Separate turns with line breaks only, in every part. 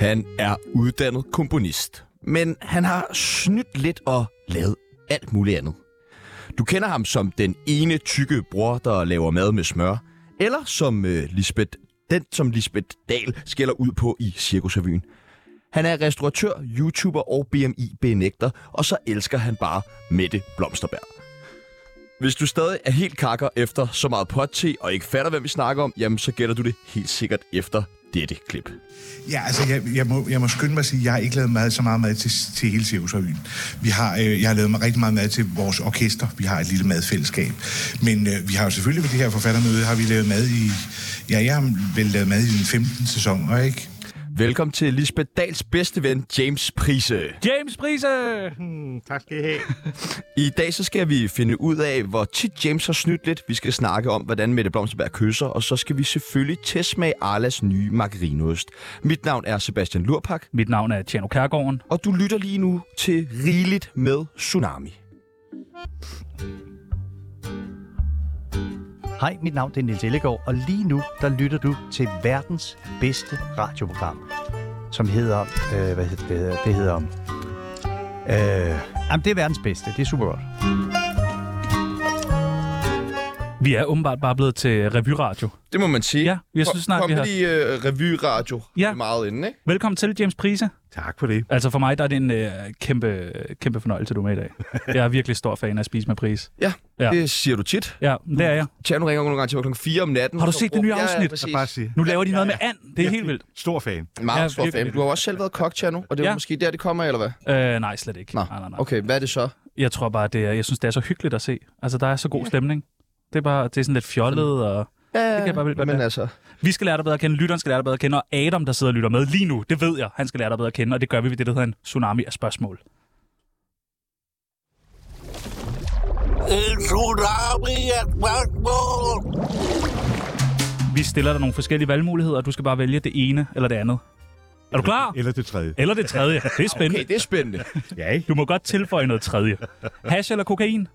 Han er uddannet komponist, men han har snydt lidt og lavet alt muligt andet. Du kender ham som den ene tykke bror, der laver mad med smør, eller som øh, Lisbeth, den, som Lisbeth Dahl skælder ud på i Cirkusrevyen. Han er restauratør, YouTuber og BMI-benægter, og så elsker han bare Mette Blomsterberg. Hvis du stadig er helt kakker efter så meget pot og ikke fatter, hvem vi snakker om, jamen så gætter du det helt sikkert efter dette klip.
Ja, altså, jeg, jeg, må, jeg må skynde mig at sige, at jeg har ikke lavet mad, så meget mad til, til hele Cirkusrevyen. Vi har, øh, jeg har lavet mig rigtig meget mad til vores orkester. Vi har et lille madfællesskab. Men øh, vi har jo selvfølgelig ved det her forfattermøde, har vi lavet mad i... Ja, jeg har vel lavet mad i den 15. sæson, og ikke?
Velkommen til Lisbeth Dals bedste ven, James Prise.
James Prise!
Hmm, tak skal I have.
I dag så skal vi finde ud af, hvor tit James har snydt lidt. Vi skal snakke om, hvordan Mette Blomsterberg kysser, og så skal vi selvfølgelig testsmage Arlas nye margarinost. Mit navn er Sebastian Lurpak,
Mit navn er Tjerno Kærgaarden.
og du lytter lige nu til Rigeligt med Tsunami.
Hej, mit navn det er Niels Ellegaard, og lige nu der lytter du til verdens bedste radioprogram, som hedder, øh, hvad hedder det, hedder- det hedder, øh, jamen det er verdens bedste, det er super godt.
Vi er åbenbart bare blevet til revyradio.
Det må man sige.
Ja, jeg synes snart,
Kom,
vi
kom
har...
lige øh, revyradio
Ja.
ja. meget inden, ikke?
Velkommen til, James Prise.
tak for det.
Altså for mig, der er det en øh, kæmpe, kæmpe fornøjelse, du er med i dag. Jeg er virkelig stor fan af at spise med pris.
Ja,
Ja.
ja. det siger du tit.
Ja, det er jeg.
Tjerno ringer nogle gange til mig klokken 4 om natten.
Har du set det nye
Ja, ja,
afsnit?
præcis.
Bare sige,
Nu laver de noget med and. Det er helt vildt.
stor fan.
Meget
Ja,
ja, stor fan.
virkelig.
Du har jo også selv været kok, Tjerno, og det er
Ja.
ja. måske der, det kommer, af, eller hvad?
Øh, nej, slet ikke.
Nå,
Nej, nej, nej.
okay, hvad er det så?
Jeg tror bare, det er, jeg synes, det er så hyggeligt at se. Altså, der er så god stemning. Det er, bare, det er sådan lidt fjollet, og
Ja,
kan jeg bare vildt godt
men
lide.
altså,
vi skal lære dig bedre at kende, lytteren skal lære dig bedre at kende, og Adam, der sidder og lytter med lige nu, det ved jeg, han skal lære dig bedre at kende, og det gør vi ved det, der hedder en tsunami af spørgsmål.
En tsunami af spørgsmål.
Vi stiller dig nogle forskellige valgmuligheder, og du skal bare vælge det ene eller det andet. Er du klar?
Eller det tredje.
Eller det tredje. Det er spændende.
okay, det er spændende.
Ja, ikke?
Du må godt tilføje noget tredje. Hash eller kokain?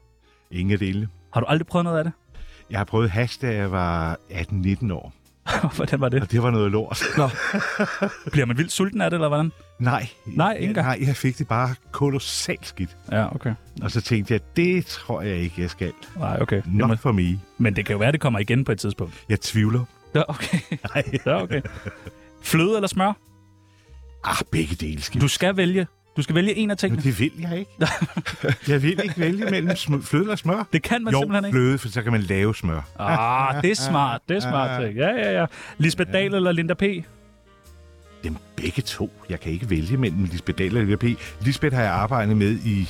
Ingen af delene.
Har du aldrig prøvet noget af det?
Jeg har prøvet hash, da jeg var 18-19 år,
hvordan var det?
og det var noget lort.
Bliver man vildt sulten af det, eller hvordan?
nej,
Nej, ikke engang.
nej, jeg fik det bare kolossalt skidt.
Ja, okay.
Og så tænkte jeg, det tror jeg ikke, jeg skal.
Nej, okay. Det må,
Not for me.
men det kan jo være, det kommer igen på et tidspunkt.
Jeg tvivler.
Ja, okay.
Nej.
Ja, okay. Fløde eller smør?
Ah, begge dele skal.
Du skal vælge. Du skal vælge en af
Men
tingene.
det vil jeg ikke. jeg vil ikke vælge mellem sm- fløde og smør.
Det kan man
jo,
simpelthen ikke.
fløde, for så kan man lave smør.
Ah, det er smart. Det er smart. Ting. Ja, ja, ja. Lisbeth Dahl eller Linda P.
Dem begge to. Jeg kan ikke vælge mellem Lisbeth Dahl og Linda P. Lisbeth har jeg arbejdet med i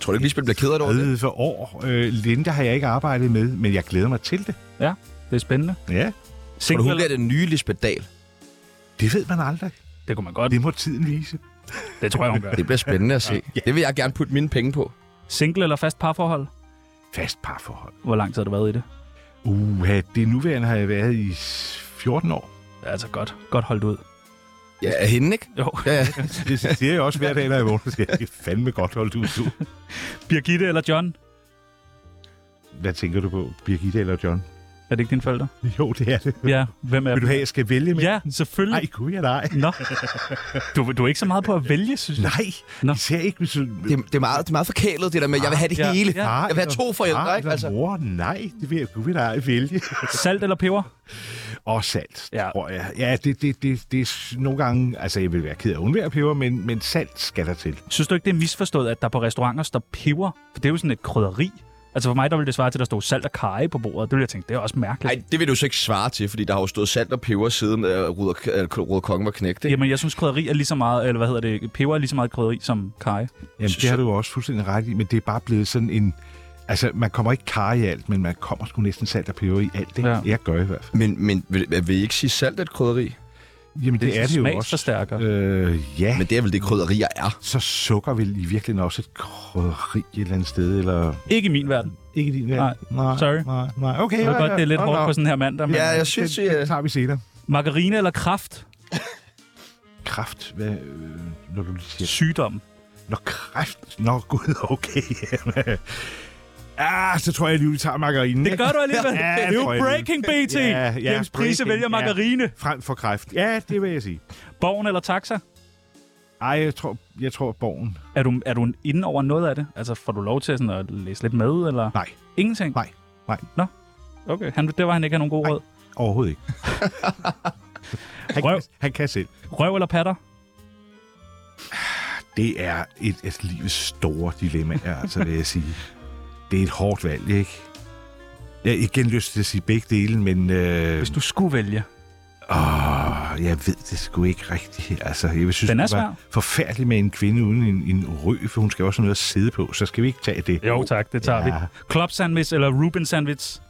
Tror du ikke, Lisbeth bliver ked af det over det?
redde for år. Øh, Linda har jeg ikke arbejdet med, men jeg glæder mig til det.
Ja, det er spændende.
Ja,
Tror du,
Single,
hun
eller...
bliver den nye Lisbeth Dahl?
det ved man aldrig.
Det kunne man godt.
Det må tiden vise.
Det tror jeg, hun gør.
Det bliver spændende at se. Det vil jeg gerne putte mine penge på.
Single eller fast parforhold?
Fast parforhold.
Hvor lang tid har du været i det?
Uha, det nuværende har jeg været i 14 år.
Det er altså godt. Godt holdt ud.
Ja, er hende, ikke?
Jo.
Ja, ja.
Det siger jeg også hver dag, når jeg vågner. Det er fandme godt holdt ud, du.
Birgitte eller John?
Hvad tænker du på, Birgitte eller John?
Er det ikke dine forældre?
Jo, det er det.
Ja, hvem er
Vil du have, jeg skal vælge med?
Ja, selvfølgelig.
Nej, kunne jeg nej.
Nå. Du, du er ikke så meget på at vælge, synes jeg.
Nej,
Nå.
især ikke, hvis
Det, det, er meget, det er meget forkælet, det der med, jeg vil have det
Ja,
hele.
ja.
Jeg vil have to forældre, ikke?
Altså.
Altså.
Mor, nej, det vil jeg gud vil jeg vælge.
Salt eller peber?
Og salt,
Ja.
ja. tror jeg. Ja, det, det, det, det er s- nogle gange... Altså, jeg vil være ked af at undvære peber, men, men salt skal der til.
Synes du ikke, det er misforstået, at der på restauranter står peber? For det er jo sådan et krydderi. Altså for mig, der ville det svare til, at der stod salt og karry på bordet. Det ville jeg tænke, det er også mærkeligt.
Nej, det vil du så ikke svare til, fordi der har jo stået salt og peber siden uh, Ruder, uh, Ruder Kongen var knægt, ikke?
Jamen, jeg synes, krydderi er lige så meget, eller hvad hedder det, peber er lige så meget krydderi som kaj.
Jamen, det har du jo også fuldstændig ret i, men det er bare blevet sådan en... Altså, man kommer ikke kar i alt, men man kommer sgu næsten salt og peber i alt det.
Ja.
Ja. Jeg gør i hvert fald.
Men, men vil, vil I ikke sige salt er et krydderi?
Jamen, det, det er det jo også.
smagsforstærker.
Øh, ja,
Men
men...
det er vel det, krydderier er.
så sukker vil i virkeligheden også et krydderi et eller andet sted, eller...
Ikke i min verden.
Ikke i din verden.
Nej,
nej,
sorry.
Nej, nej. Okay,
Jeg ved
ja,
godt,
ja.
det er lidt
Nå,
hårdt
nå.
på sådan her mandag, men
Ja, jeg
Det,
synes, jeg...
det tager vi senere.
margarine eller kraft?
Kraft, hvad, øh, når du lige siger
Sygdom.
Nå, kræft. Nå, gud, okay. Jamen, ah, så tror jeg, at vi tager margarine.
Det gør du alligevel.
Ja,
det er
det
jo
tror jeg
breaking BT.
Ja, ja,
James Prise
breaking,
vælger
ja.
margarine.
Frem for kræft. Ja, det vil jeg sige.
Borgen eller taxa?
Ej, jeg tror, jeg tror Borgen.
Er du, er du inde over noget af det? Altså, får du lov til sådan at læse lidt med, eller?
Nej,
Ingenting?
Nej, nej.
Nå, okay. Han, det var han ikke har nogen gode
Nej.
råd.
overhovedet ikke. han,
Røv.
kan, han kan selv.
Røv eller patter?
Det er et af livets store dilemmaer, altså vil jeg sige. Det er et hårdt valg, ikke? Jeg har igen lyst til at sige begge dele, men øh,
Hvis du skulle vælge.
åh, jeg ved det sgu ikke rigtigt. Altså, jeg vil synes,
Den er
det var forfærdeligt med en kvinde uden en, en røg, for hun skal også have noget at sidde på, så skal vi ikke tage det.
Jo tak, det tager ja. vi.
Ja.
Club sandwich eller Ruben sandwich?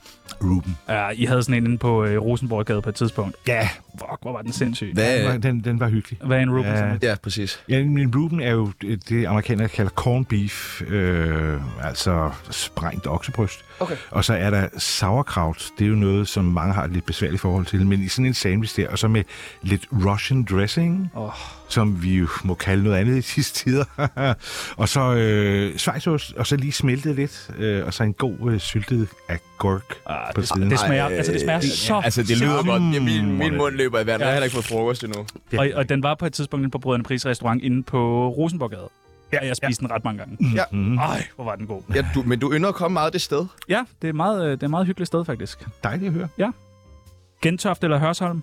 Ruben.
Ja, I havde sådan en inde på øh, Rosenborg-gade på et tidspunkt.
Ja,
Fuck, hvor var den sindssyg.
den var,
Hvad?
den, den var hyggelig.
Hvad er en Ruben
Ja.
sandwich?
Ja, præcis.
Ja, men Ruben er jo det, det, amerikanere kalder corn beef, øh, altså sprængt oksebryst. Okay. Og så er der sauerkraut. Det er jo noget, som mange har et lidt besværligt forhold til. Men i sådan en sandwich der, og så med lidt Russian dressing,
Åh.
oh. som vi jo må kalde noget andet i disse tider. og så øh, svejsost, og så lige smeltet lidt, øh, og så en god øh, syltet agurk
Ah,
på siden. øh,
Det smager, altså det smager så...
Altså, det lyder
så-
godt. Ja, min, min
Mm.
mund løber i vand. Jeg
Ja.
har heller ikke fået frokost endnu.
Og, og den var på et tidspunkt inde på Brødrene Pris restaurant inde på Rosenborg-gade. Ja, jeg spiste den ret mange gange.
Ja.
Mm,
Ej, hvor var den god.
Mhm. Ja, du, men du ynder at komme meget af det sted.
Ja, det er, meget, øh, det er et meget hyggeligt sted, faktisk.
dejligt at høre.
Gentofte eller Hørsholm?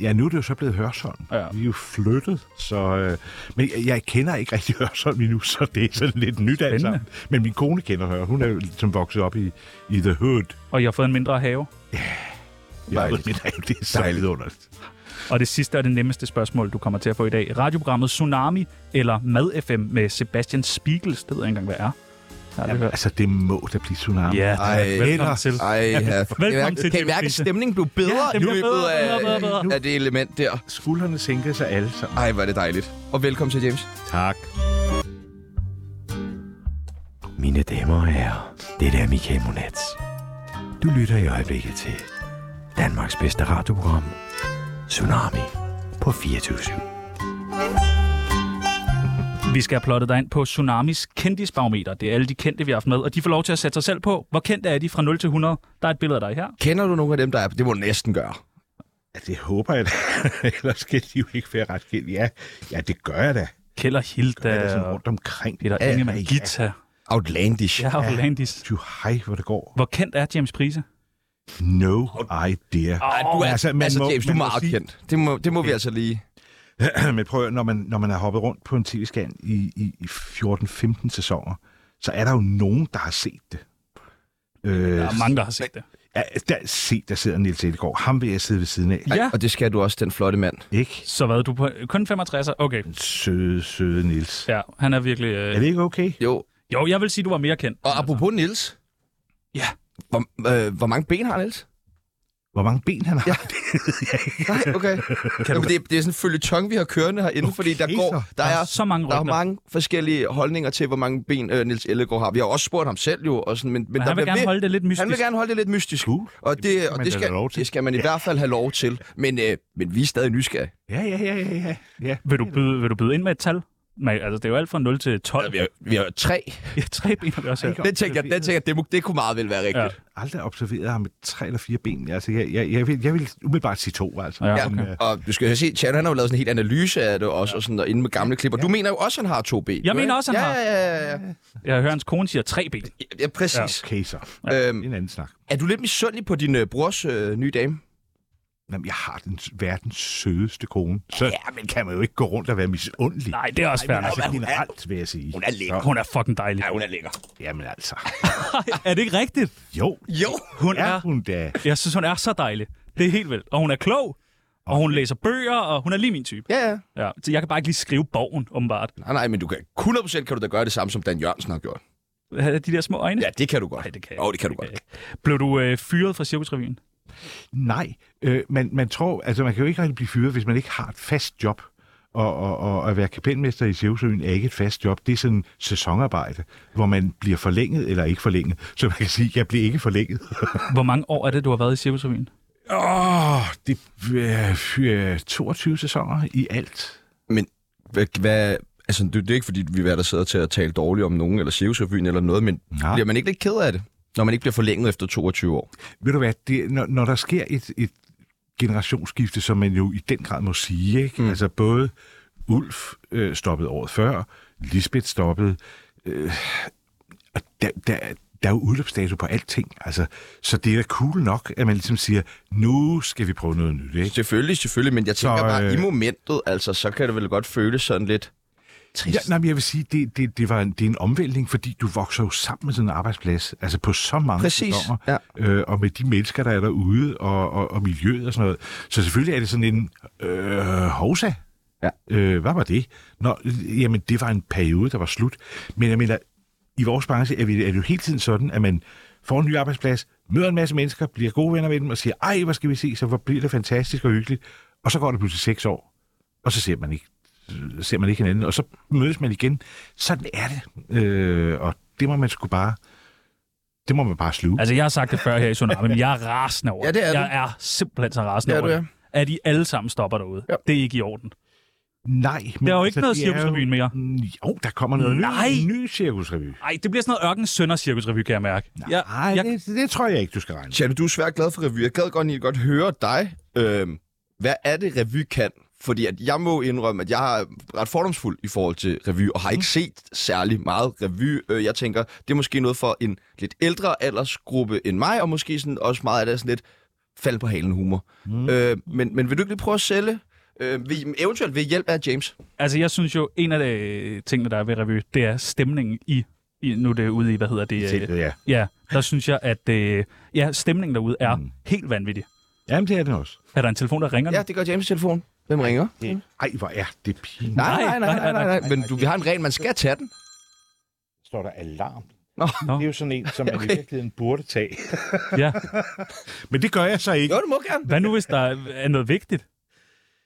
Ja, nu er det jo så blevet Hørsholm.
Ja.
Vi er jo flyttet, så... Øh, men jeg, jeg kender ikke rigtig Hørsholm endnu, så det er sådan lidt nyt alt sammen. Men min kone kender Hørsholm. Hun er jo som vokset op i, i The Hood.
Og jeg har fået en mindre have.
Jeg ved,
Dejligt.
men det er- det er så
Dejligt.
vidunderligt.
Og det sidste og det nemmeste spørgsmål, du kommer til at få i dag. Radioprogrammet Tsunami eller Mad FM med Sebastian Spiegels. Det ved jeg ikke engang, hvad er. Jeg har aldrig hørt.
Altså, det må da blive tsunami.
Ja,
Ej,
velkommen til.
Ej, ja.
Velkommen
Jeg mærker-
til,
Kan I
Jeppe
mærke, at
Friis.
stemningen blev bedre
Ja,
i
den blev
løbet
bedre,
af,
bedre, bedre, bedre.
af det element der?
Skuldrene sænkede sig alle sammen.
Ej, hvor er det dejligt. Og velkommen til, James.
Tak.
Mine damer og herrer, det er Michael Monats. Du lytter i øjeblikket til Danmarks bedste radioprogram, Tsunami på 24
Vi skal have plottet dig ind på Tsunamis kendisbarometer. Det er alle de kendte, vi har haft med, og de får lov til at sætte sig selv på. Hvor kendte er de fra 0 til 100? Der er et billede af dig her.
Kender du nogle af dem, der er Det må du næsten gøre.
Ja, det håber jeg da. Ellers skal de jo ikke være ret kendt. Ja, ja, det gør jeg da.
Kjell og
Det er da
Hilda
sådan
og
rundt omkring.
Peter
Ja,
Ingemann,
ja.
Gita.
Outlandish.
Ja, og Landis.
Du, hej, hvor det går.
Hvor kendt er James Prise?
No idea.
Ej, du er, altså,
altså, man
altså
må-
James, du er
man må
meget
sige-
kendt. Det må, det må vi altså lige...
Ah.
Men prøv at, høre, når man, når man har hoppet rundt på en tv-scan i, i, i 14-15 sæsoner, så er der jo nogen, der har set det. Øh,
Der er mange, der har set det.
ja, der, se, der sidder Niels Ellegaard. Ham vil jeg sidde ved siden af.
Ja,
Og det skal du også, den flotte mand.
Ikke?
så hvad, du er på øh, kun 65'er? Okay.
Den søde, søde Niels.
Ja, han er virkelig... Øh...
Er det ikke okay?
Jo.
Jo, jeg vil sige, du var mere kendt.
Og apropos Nils.
Ja.
Hvor, øh, hvor mange ben har Nils?
Hvor mange ben han har. Ja.
Nej, okay. Jamen, det, det er sådan en følgetong, vi har kørende herinde, okay, fordi der
Okay,
går,
så.
der
Der er
er,
så mange
der er
rygter.
mange forskellige holdninger til, hvor mange ben øh, Nils Ellegaard har. Vi har også spurgt ham selv jo, og sådan, men, men,
Men
der
han vil
bliver
gerne
ved-
holde det lidt mystisk.
Han vil gerne holde det lidt mystisk.
Cool.
Og det, og
man
det,
da
skal,
have lov til.
det skal man i hvert fald have lov til. Men, øh, men vi er stadig nysgerrige.
Ja, ja, ja, ja, ja. ja.
Vil du byde, vil du byde ind med et tal? Men, altså, det er jo alt fra 0 til 12.
Vi har, vi har tre.
Ja, tre ben har vi også her.
Den tænker, jeg- den tænker jeg, det, må, det kunne meget vel være rigtigt.
Aldrig observeret ham med tre eller fire ben. Altså, jeg, jeg, jeg, vil, jeg vil umiddelbart sige to, altså.
Ja,
Ja,
okay.
okay. Og du skal se, Chad, han har jo lavet sådan en helt analyse af det også, og sådan og inde med gamle klipper. Du mener jo også, han har to ben.
Jeg
jo,
mener
ikke?
også, han
ja,
har.
Ja, ja, ja.
Jeg hører, hans kone siger tre ben.
Ja, præcis.
Okay, så.
Ja. Øhm,
En anden snak.
er du lidt misundelig på din øh, brors øh, nye dame?
Jamen, jeg har den s- verdens sødeste kone. Så ja, men kan man jo ikke gå rundt og være misundelig.
Nej, det er også fair.
men altså
nok.
generelt, vil jeg sige.
Hun er lækker.
Hun er fucking dejlig.
Ja, hun er lækker.
Jamen altså.
Er det ikke rigtigt?
Jo,
Jo.
Hun
er
er...
hun da.
Jeg synes, hun er så dejlig. Det er helt vildt. Og hun er klog. Og hun læser bøger, og hun er lige min type.
Ja, ja.
Ja, så jeg kan bare ikke lige skrive bogen, åbenbart.
Nej, nej, men du kan 100% kan du da gøre det samme, som Dan Jørgensen har gjort.
Havde de der små øjne?
Ja, det kan du godt.
Nej, det kan jeg
Jo, det kan du godt.
ikke. Blev du øh, fyret fra Cirkusrevyen?
Nej, øh, man, man tror, altså man kan jo ikke rigtig blive fyret, hvis man ikke har et fast job. Og, og, og at være kapelmester i Sjævsøen er ikke et fast job. Det er sådan sæsonarbejde, hvor man bliver forlænget eller ikke forlænget. Så man kan sige, jeg blev ikke forlænget.
Hvor mange år er det, du har været i Cirkusrevyen?
Åh, oh, det er øh, 22 sæsoner i alt.
Men hvad, hvad altså, det, det er ikke, fordi vi er der sidder til at tale dårligt om nogen, eller Sjævsøbyen eller noget, men
Nej.
bliver man ikke lidt ked af det, når man ikke bliver forlænget efter 22 år?
Ved du hvad, det, når, når der sker et, et generationsskifte, som man jo i den grad må sige, ikke? Mm. altså både Ulf øh, stoppede året før, Lisbeth stoppede. Øh, og der, der, der er jo udløbsdato på alting. Altså, så det er da cool nok, at man ligesom siger, nu skal vi prøve noget nyt. Ikke?
Selvfølgelig, selvfølgelig, men jeg tænker
Så,
så, øh... bare,
øh,
i momentet, altså, så kan det vel godt føles sådan lidt trist.
Ja, nej, men jeg vil sige, det, det, det, var en, det er en omvæltning, fordi du vokser jo sammen med sådan en arbejdsplads, altså på så mange
Præcis,
sæsoner,
ja.
øh, og med de mennesker, der er derude, og, og, og miljøet og sådan noget. Så selvfølgelig er det sådan en øh, hovsa.
Ja.
Øh, hvad var det? Nå, jamen, det var en periode, der var slut. Men jeg mener, i vores branche er, vi, er det jo hele tiden sådan, at man får en ny arbejdsplads, møder en masse mennesker, bliver gode venner med dem og siger, ej, hvor skal vi se, så hvor bliver det fantastisk og hyggeligt. Og så går det pludselig seks år, og så ser man ikke ser man ikke hinanden, og så mødes man igen. Sådan er det. Øh, og det må man sgu bare, det må man bare sluge.
Altså, jeg har sagt det før her i Tsunami, men jeg er rasende over
Ja, det er du.
Jeg er simpelthen så rasende
Det er
over
du,
det, at I alle sammen stopper derude.
Ja.
Det er ikke i orden.
Nej, men altså,
Der er jo ikke noget
det er
cirkusrevyen mere.
Mm, Jo, der kommer noget
Nej!
ny, ny cirkusrevy.
Ej, det bliver sådan noget ørken sønder cirkusrevy, kan jeg mærke.
Ja,
Jeg,
Ej,
jeg,
det, det tror jeg ikke, du skal regne.
Tjano, du er svært glad for revy. Jeg gad godt, lige godt høre dig. Øhm, hvad er det, revy kan? Fordi at jeg må indrømme, at jeg er ret fordomsfuld i forhold til revy, og har ikke set særlig meget revy. Øh, Jeg tænker, det er måske noget for en lidt ældre aldersgruppe end mig, og måske sådan også meget af det er sådan lidt fald på halen humor. Mm. Øh, men, men vil du ikke lige prøve at sælge, øh, ved, eventuelt ved hjælp af James?
altså, jeg synes jo, en af de tingene, der er ved revy, det er stemningen i, i nu er det ude i, hvad hedder det? øh,
Selv, ja.
Ja, der synes jeg, at øh, ja, stemningen derude er mm. helt vanvittig.
Jamen, det er det også.
Er der en telefon, der ringer nu?
Ja, det gør James' telefon. Hvem ringer?
Ej, hvor er det pinligt.
Nej, nej, nej, nej, nej, nej. Men du, vi har en regel, man skal tage den.
Står der alarm?
Nå.
Det er jo sådan en, som man i virkeligheden burde tage.
Ja.
Men det gør jeg så ikke.
Jo, du må gerne.
Hvad nu, hvis der er noget vigtigt?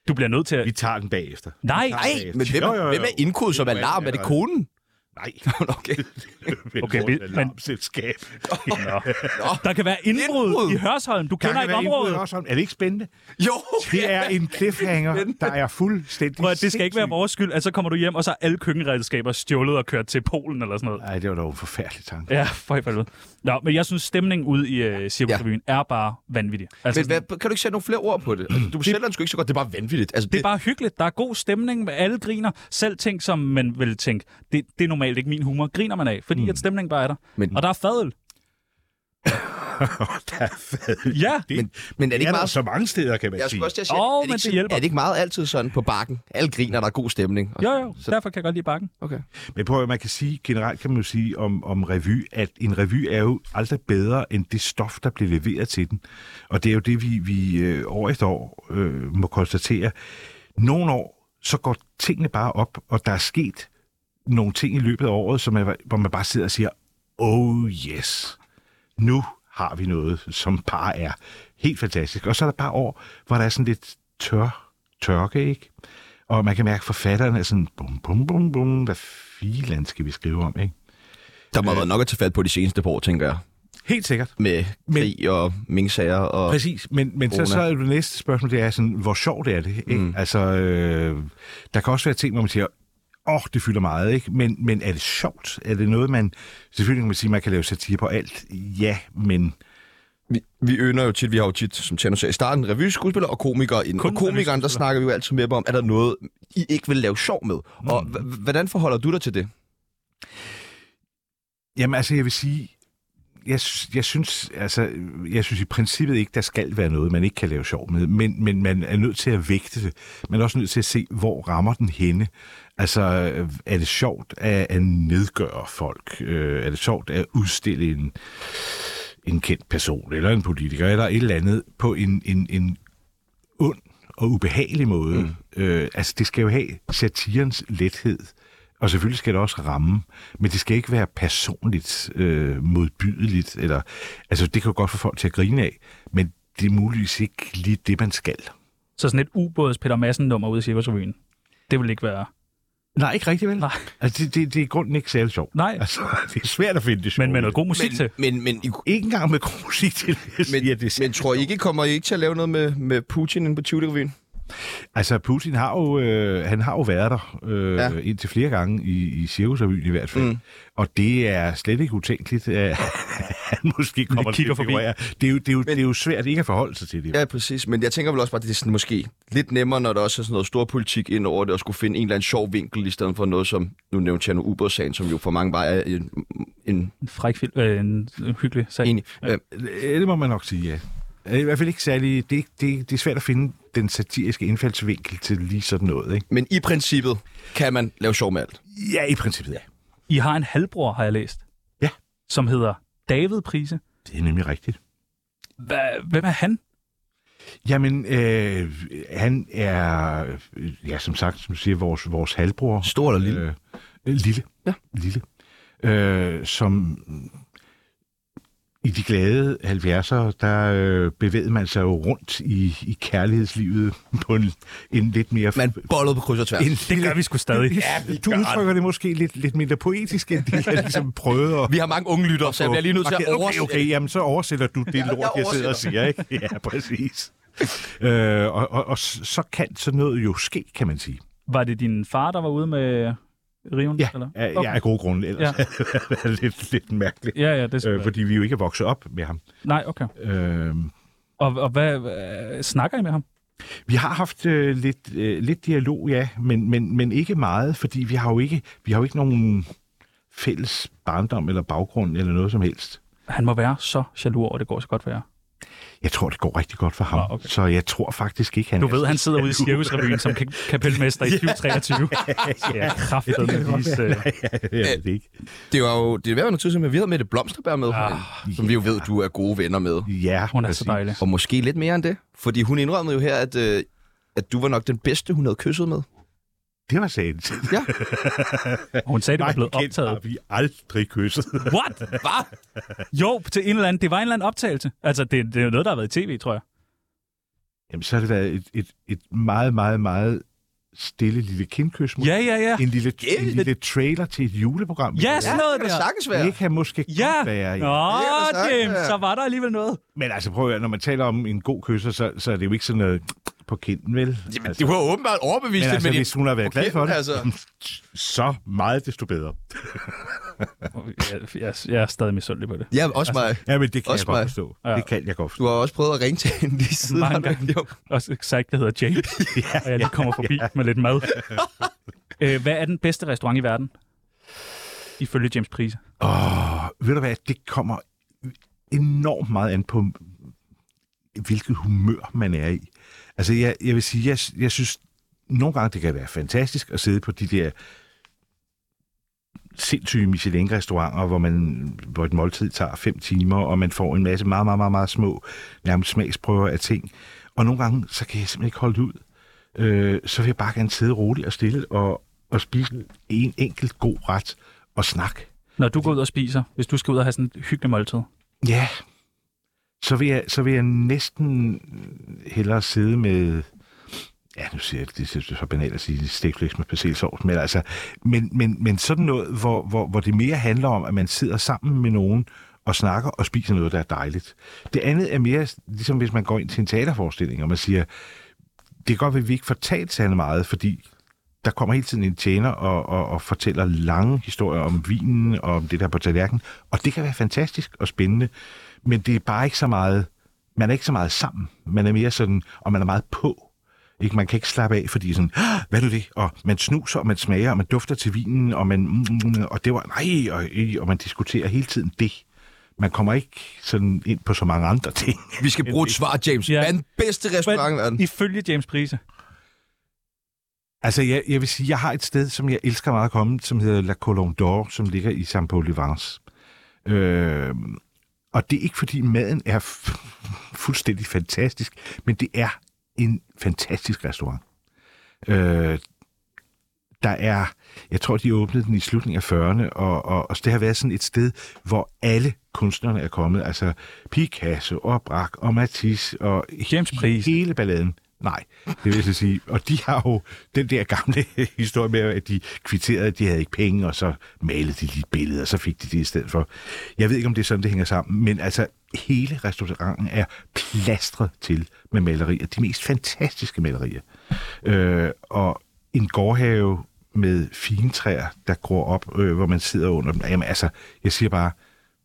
Du bliver nødt til at...
Vi tager den bagefter.
Nej,
Nej, men hvem,
Jo, jo, jo.
hvem er indkodet som alarm? Er det konen?
Nej.
okay.
Okay,
okay,
vi-
vi,
men-
alarmselskab.
Nå. Der kan være indbrud,
Indbrud?
i Hørsholm. Du
Der
kender
kan
ikke
være indbrud
området.
i Hørsholm. Er det ikke spændende?
Jo,
Det er en cliffhanger, der er fuldstændig
Prøv, at det skal ikke være
sindssyg.
vores skyld, altså kommer du hjem, og så er alle køkkenredskaber stjålet og kørt til Polen eller sådan noget.
Ej, det var dog en forfærdelig tanke.
Ja, for i helvede. Nå, men jeg synes, stemningen ude i øh, Cirkusrevyen ja. er bare vanvittig. Altså,
men hvad, kan du ikke sætte nogle flere ord på det? Altså, Du sælger den sgu ikke så godt. Det er bare vanvittigt. Altså,
Det er bare hyggeligt. Der er god stemning. Alle griner. Selv ting, som man vil tænke, det, det er normalt ikke min humor, griner man af, fordi mm. at stemningen bare er der.
Men-
Men, og der er fadøl.
der er fad-
Ja,
det,
Men, men er det
det
ikke
er der
meget...
så mange steder, kan man
Jeg
sige.
skulle også til at sige,
Åh,
er,
men
ikke,
det
sådan-
hjælper.
er det ikke meget altid sådan på bakken? Alle griner, der er god stemning. Og-
jo jo, derfor kan jeg godt lide bakken.
Okay.
Men prøv at høre, man kan sige, generelt kan man jo sige om, om revy, at en revy er jo aldrig bedre end det stof, der bliver leveret til den. Og det er jo det, vi, vi øh, år efter år øh, må konstatere. Nogle år, så går tingene bare op, og der er sket nogle ting i løbet af året, som er, hvor man bare sidder og siger, oh yes, nu har vi noget, som bare er helt fantastisk. Og så er der bare år, hvor der er sådan lidt tør, tørke, ikke? Og man kan mærke, at forfatterne er sådan, bum, bum, bum, bum, hvad filan skal vi skrive om, ikke?
Der må have været nok at tage fat på de seneste par år, tænker jeg.
Helt sikkert.
Med krig og minksager og...
Præcis, men, men så,
Corona.
så er det næste spørgsmål, det er sådan, hvor sjovt er det, ikke? Mm. Altså, øh, der kan også være ting, hvor man siger, åh, oh, det fylder meget, ikke? Men, men er det sjovt? Er det noget, man... Selvfølgelig kan man sige, at man kan lave satire på alt. Ja, men...
Vi, vi ønder jo tit, vi har jo tit, som Tjerno sagde i starten, revyskuespiller og komikere inden.
Kun
og komikeren, der
revyskuespillere.
snakker vi jo altid med dem om, er der noget, I ikke vil lave sjov med? Og
Mm.
h- hvordan forholder du dig til det?
Jamen altså, jeg vil sige, jeg, sy- jeg, synes, altså, jeg synes i princippet ikke, der skal være noget, man ikke kan lave sjov med, men, men man er nødt til at vægte det. Man er også nødt til at se, hvor rammer den henne. Altså, øh, er det sjovt at, at nedgøre folk? Øh, Er det sjovt at udstille en, en kendt person, eller en politiker, eller et eller andet på en, en, en ond og ubehagelig måde. Mm. Øh, altså, det skal jo have satirens lethed, og selvfølgelig skal det også ramme, men det skal ikke være personligt øh, modbydeligt, eller, altså, det kan jo godt få folk til at grine af, men det er muligvis ikke lige det, man skal.
Så sådan et ubådes Peter Madsen nummer ude i Cirkusrevyen. Det vil ikke være...
Nej, ikke rigtig vel?
Nej.
Altså, det, det, det er i grunden ikke særlig sjovt.
Nej.
Altså, det er svært at finde det sjovt.
Men med noget god musik til.
Men, men, I,
Ikke engang med god musik til, men,
men,
siger, det er
men tror I ikke, kommer I ikke til at lave noget med, med Putin inde på Tivoli-revyen?
Altså, Putin har jo, øh, han har jo været der øh,
Ja.
ja. indtil flere gange i, i Cirkusrevyen i hvert fald.
Mm.
Mm. Og det er slet ikke utænkeligt, at han måske kommer
kigger
til at
forbi.
figurere. Det er, jo, det, er jo, det er jo svært ikke at forholde sig til det.
Ja, præcis. Men jeg tænker vel også bare, at det er sådan, måske lidt nemmere, når der også er sådan noget stor politik ind over det, og skulle finde en eller anden sjov vinkel, i stedet for noget som, nu nævnte jeg nu Uber-sagen, som jo for mange bare er en, en,
En fræk film, øh, en en hyggelig sag.
en øh,
Det må man nok sige, ja. Det er I hvert fald ikke særlig... Det, er ikke- det, er- det er svært at finde den satiriske indfaldsvinkel til lige sådan noget, ikke?
Men i princippet kan man lave sjov med alt.
Ja, i princippet, ja.
I har en halvbror, har jeg læst.
Ja.
Som hedder David Prise.
Det er nemlig rigtigt.
Hva, hvem er han?
Jamen, øh, han er, øh, ja, som sagt, som du siger, vores, vores halvbror.
Stor eller lille?
Øh, øh, lille.
Ja.
Lille. Øh, som i de glade 70'ere, der øh, bevægede man sig jo rundt i, i kærlighedslivet på en, en lidt mere...
Man bollede på kryds og tværs.
en
Det gør vi sgu stadig.
Ja, du udtrykker det måske lidt, lidt mindre poetisk, end det, jeg ligesom prøvede at...
Vi har mange unge lyttere, så jeg bliver lige nødt til at
Okay,
oversætte.
Okay, okay, jamen så oversætter du det lort, jeg, sidder og siger, ikke? Ja, præcis. øh, og, og, og s- så kan sådan noget jo ske, kan man sige.
Var det din far, der var ude med riven?
Ja,
Eller?
af, okay. af gode grunde, ellers ja. lidt, lidt mærkeligt.
Ja, ja, det er
Øh,
øh,
fordi vi jo ikke er vokset op med ham.
Nej, okay.
Øh,
Og, og hvad, hvad, snakker I med ham?
vi har haft øh, lidt, øh, lidt dialog, ja, men, men, men ikke meget, fordi vi har jo ikke, vi har jo ikke nogen fælles barndom eller baggrund eller noget som helst.
Han må være så jaloux over, at det går så godt for jer.
Jeg tror, det går rigtig godt for ham.
Nå, okay.
Så jeg tror faktisk ikke, han
Du
er
ved,
så
han sidder ude i
jaloux.
cirkusrevyen som ka- kapelmester i 2023. ja, kraftedeme vise, øh,
ja, det er ikke.
Det var jo det var jo noget tid, siden, vi havde med det blomsterbær med,
Ah,
som vi jo ved, du er gode venner med.
Ja,
Hun er
præcis.
så dejlig.
Og måske lidt mere end det, fordi hun indrømmede jo her, at, øh, at du var nok den bedste, hun havde kysset med.
Det var sandt.
Ja,
Og øh, Hun sagde, at det var blevet
Mig bekendt
optaget.
har vi aldrig kysset.
What? Hvad? Jo, til en eller anden. Det var en eller anden optagelse. Altså, det, det er jo noget, der har været i tv, tror jeg.
Jamen, så har det været et, et, et meget, meget, meget stille lille kindkys. måske.
Ja, ja, ja.
En lille, en
Hjælpe.
lille trailer til et juleprogram.
Ja, sådan noget
det kan da
der.
sagtens
Det
være.
kan måske godt
Ja.
være. Ja.
Nå,
Det kan da sagtens
James,
være.
så var der alligevel noget.
Men altså, prøv at høre, når man taler om en god kysser, så, så er det jo ikke sådan noget på kinden, vel?
Jamen,
altså,
du har åbenbart overbevist
men
det,
altså,
men
hvis hun har været
Okay,
glad for det,
altså.
så meget desto bedre.
Jeg, jeg, jeg er stadig misundelig på det.
Ja, også mig.
Ja, men det kan
Også
jeg godt
mig.
forstå.
Ja.
Det kan jeg godt forstå.
Du har også prøvet at ringe til hende lige siden.
Mange
har du ikke
gange.
gjort?
Og så sagt, det hedder James, ja, og jeg lige kommer forbi med lidt mad. øh, hvad er den bedste restaurant i verden? Ifølge James Prise.
Åh, ved du hvad, det kommer enormt meget an på, hvilket humør man er i. Altså, jeg, jeg vil sige, jeg, jeg synes, nogle gange det kan være fantastisk at sidde på de der sindssyge Michelin-restauranter, hvor, man, hvor et måltid tager fem timer, og man får en masse meget, meget, meget, meget små nærmest smagsprøver af ting. Og nogle gange, så kan jeg simpelthen ikke holde det ud. Øh, så vil jeg bare gerne sidde roligt og stille og, og spise en enkelt god ret og snakke.
Når du går ud og spiser, hvis du skal ud og have sådan et hyggeligt måltid.
Ja, så vil jeg, så vil jeg næsten hellere sidde med... Ja, nu siger jeg, det er så banalt at sige stegflæks med persillesovs, men altså, men, men, men sådan noget, hvor, hvor, hvor det mere handler om, at man sidder sammen med nogen og snakker og spiser noget, der er dejligt. Det andet er mere, ligesom hvis man går ind til en teaterforestilling, og man siger, det er godt, at vi ikke får talt særlig meget, fordi der kommer hele tiden en tjener og, og, og fortæller lange historier om vinen og om det der på tallerkenen, og det kan være fantastisk og spændende, men det er bare ikke så meget, man er ikke så meget sammen, man er mere sådan, og man er meget på. Ikke? Man kan ikke slappe af, fordi sådan, "Ah, hvad er nu det? Og man snuser, og man smager, og man dufter til vinen, og man, mm, mm, mm, og det var, nej, og, og man diskuterer hele tiden det. Man kommer ikke sådan ind på så mange andre ting.
Vi skal bruge et svar, James.
Ja.
Hvad er den bedste restaurant i verden?
Ifølge James Prise.
Altså, jeg, jeg vil sige, jeg har et sted, som jeg elsker meget at komme, som hedder La Colombe d'Or, som ligger i saint paul Vence. Øh, og det er ikke, fordi maden er f- fuldstændig fantastisk, men det er en fantastisk restaurant. Øh, der er, jeg tror, de åbnede den i slutningen af 40'erne, og, og, og det har været sådan et sted, hvor alle kunstnerne er kommet. Altså Picasso og Braque og Matisse og
James Prise.
hele balladen. Nej, det vil jeg sige. Og de har jo den der gamle historie med, at de kvitterede, at de havde ikke penge, og så malede de lige et billede, og så fik de det i stedet for. Jeg ved ikke, om det er sådan, det hænger sammen, men altså hele restauranten er plastret til med malerier. De mest fantastiske malerier. Øh, og en gårdhave med fine træer, der gror op, øh, hvor man sidder under dem. Jamen altså, jeg siger bare,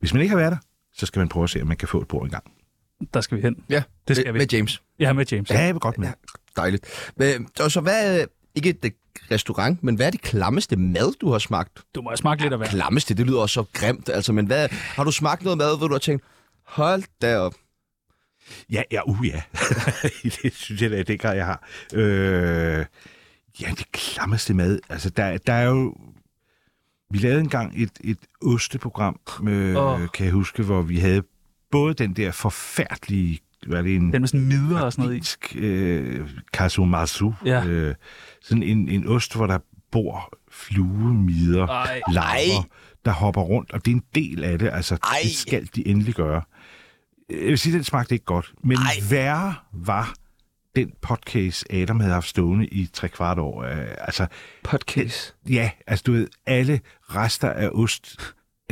hvis man ikke har været der, så skal man prøve at se, om man kan få et bord engang.
Der skal vi hen.
Ja,
Det
med,
skal vi.
med James.
Ja, med James.
Ja, jeg vil godt med.
Dejligt. Men, og så hvad, øh, ikke det restaurant, men hvad er det klammeste mad, du har smagt?
Du må jo smage lidt af hvert.
Klammeste, det lyder også så grimt, altså, men hvad, har du smagt noget mad, hvor du har tænkt, hold da op.
Ja, ja, uh, ja. det synes jeg da i den grad, jeg har. Øh, ja, det klammeste mad. Altså, der, der er jo... Vi lavede engang et, et osteprogram, øh,
Åh.
oh. kan jeg huske, hvor vi havde både den der forfærdelige... Hvad er det, en
Den med sådan midder og sådan noget i.
argentinsk øh, kasumasu.
Ja.
Øh, sådan en, en ost, hvor der bor fluemider,
Ej.
Ej.
larver, der hopper rundt, og det er en del af det. Altså,
Ej.
det skal de endelig gøre. Jeg vil sige, den smagte ikke godt, men
Ej.
Ej. værre var den podcast, Adam havde haft stående i tre kvart år. Øh, altså,
Podcast.
ja, altså du ved, alle rester af ost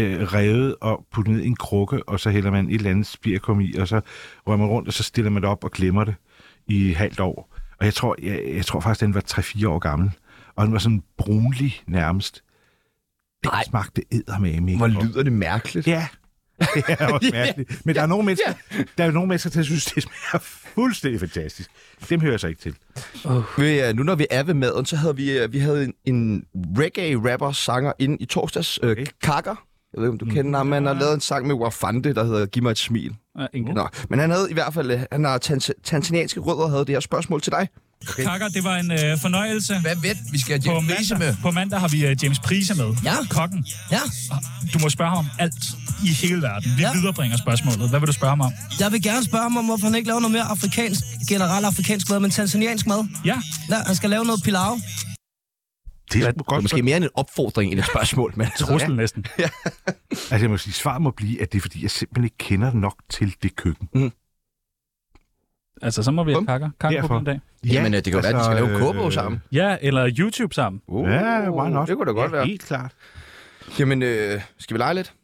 øh, revet og puttet ned i en krukke, og så hælder man et eller andet spirkum i, og så rører man rundt, og så stiller man det op og glemmer det i et halvt år. Og jeg tror, jeg, jeg tror faktisk, den var 3-4 år gammel, og den var sådan brunlig nærmest. Den
Ej.
smagte eddermame. ikke
Hvor
godt.
lyder det mærkeligt.
Ja, det er også mærkeligt. Men der er nogle mennesker, der er jo nogle mennesker, der synes, det smager fuldstændig fantastisk. Dem hører jeg så ikke til.
Vi, øh, nu når vi er ved maden, så havde vi, øh, vi havde en, en reggae-rapper-sanger inde i torsdags, øh, okay. Kakker. Jeg ved ikke, om
Mm-hmm.
du kender ham, han har lavet en sang med Wafande, der hedder Giv mig et smil.
Ja, ingen.
Nå, men han havde i hvert fald, øh, han har tans- tanzanianske rødder, havde det her spørgsmål til dig.
Takker, det var en øh, fornøjelse.
Hvad ved vi skal
På
have James Price med?
mandag, på mandag har vi øh, James Prise med.
Ja.
Kokken.
Ja,
Du må spørge ham om alt i hele verden. Vi
Ja.
viderebringer spørgsmålet. Hvad vil du spørge ham om?
jeg vil gerne spørge ham om, hvorfor han ikke laver noget mere afrikansk, generelt afrikansk mad, men tanzaniansk mad.
Ja.
Ja, han skal lave noget pilau.
Det er sgu
Det er
godt
måske mere end en opfordring end et spørgsmål, men altså,
Trussel næsten.
Altså, jeg må sige, svaret må blive, at det er, fordi jeg simpelthen ikke kender nok til det køkken.
Altså, så må vi have
Bum.
kakker. Kakker på
Derfor. Altså,
en dag.
Jamen, øh, det kan jo
Altså,
være, at de skal lave en kogebog sammen.
Ja, eller YouTube sammen.
Uh,
Ja, why not?
Det kunne da godt
ja,
være.
Helt klart.
Jamen, øh, skal vi lege lidt?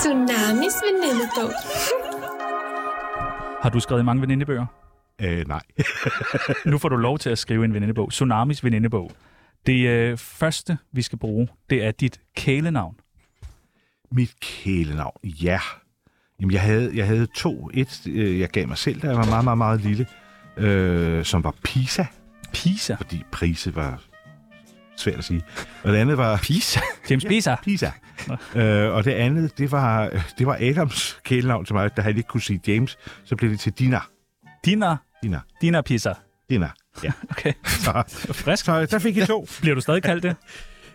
Tsunamis venindebog.
Har du skrevet i mange venindebøger?
Øh, nej.
Nu får du lov til at skrive en venindebog. Tsunamis venindebog. Det øh, første, vi skal bruge, det er dit kælenavn.
Mit kælenavn, ja. Jamen, jeg havde, jeg havde to. Et, øh, jeg gav mig selv, da jeg var meget, meget, meget lille, øh, som var Pisa,
Pisa.
fordi Prise var svært at sige. Og det andet var
Pisa.
James Pisa.
Pisa. øh, og det andet, det var, det var Adams kælenavn til mig, da han ikke kunne sige James. Så blev det til Dina.
Dina.
Dina.
Dina Pisa.
Dina. Ja.
Okay.
Så,
Frisk.
så der fik jeg to.
Bliver du stadig kaldt det?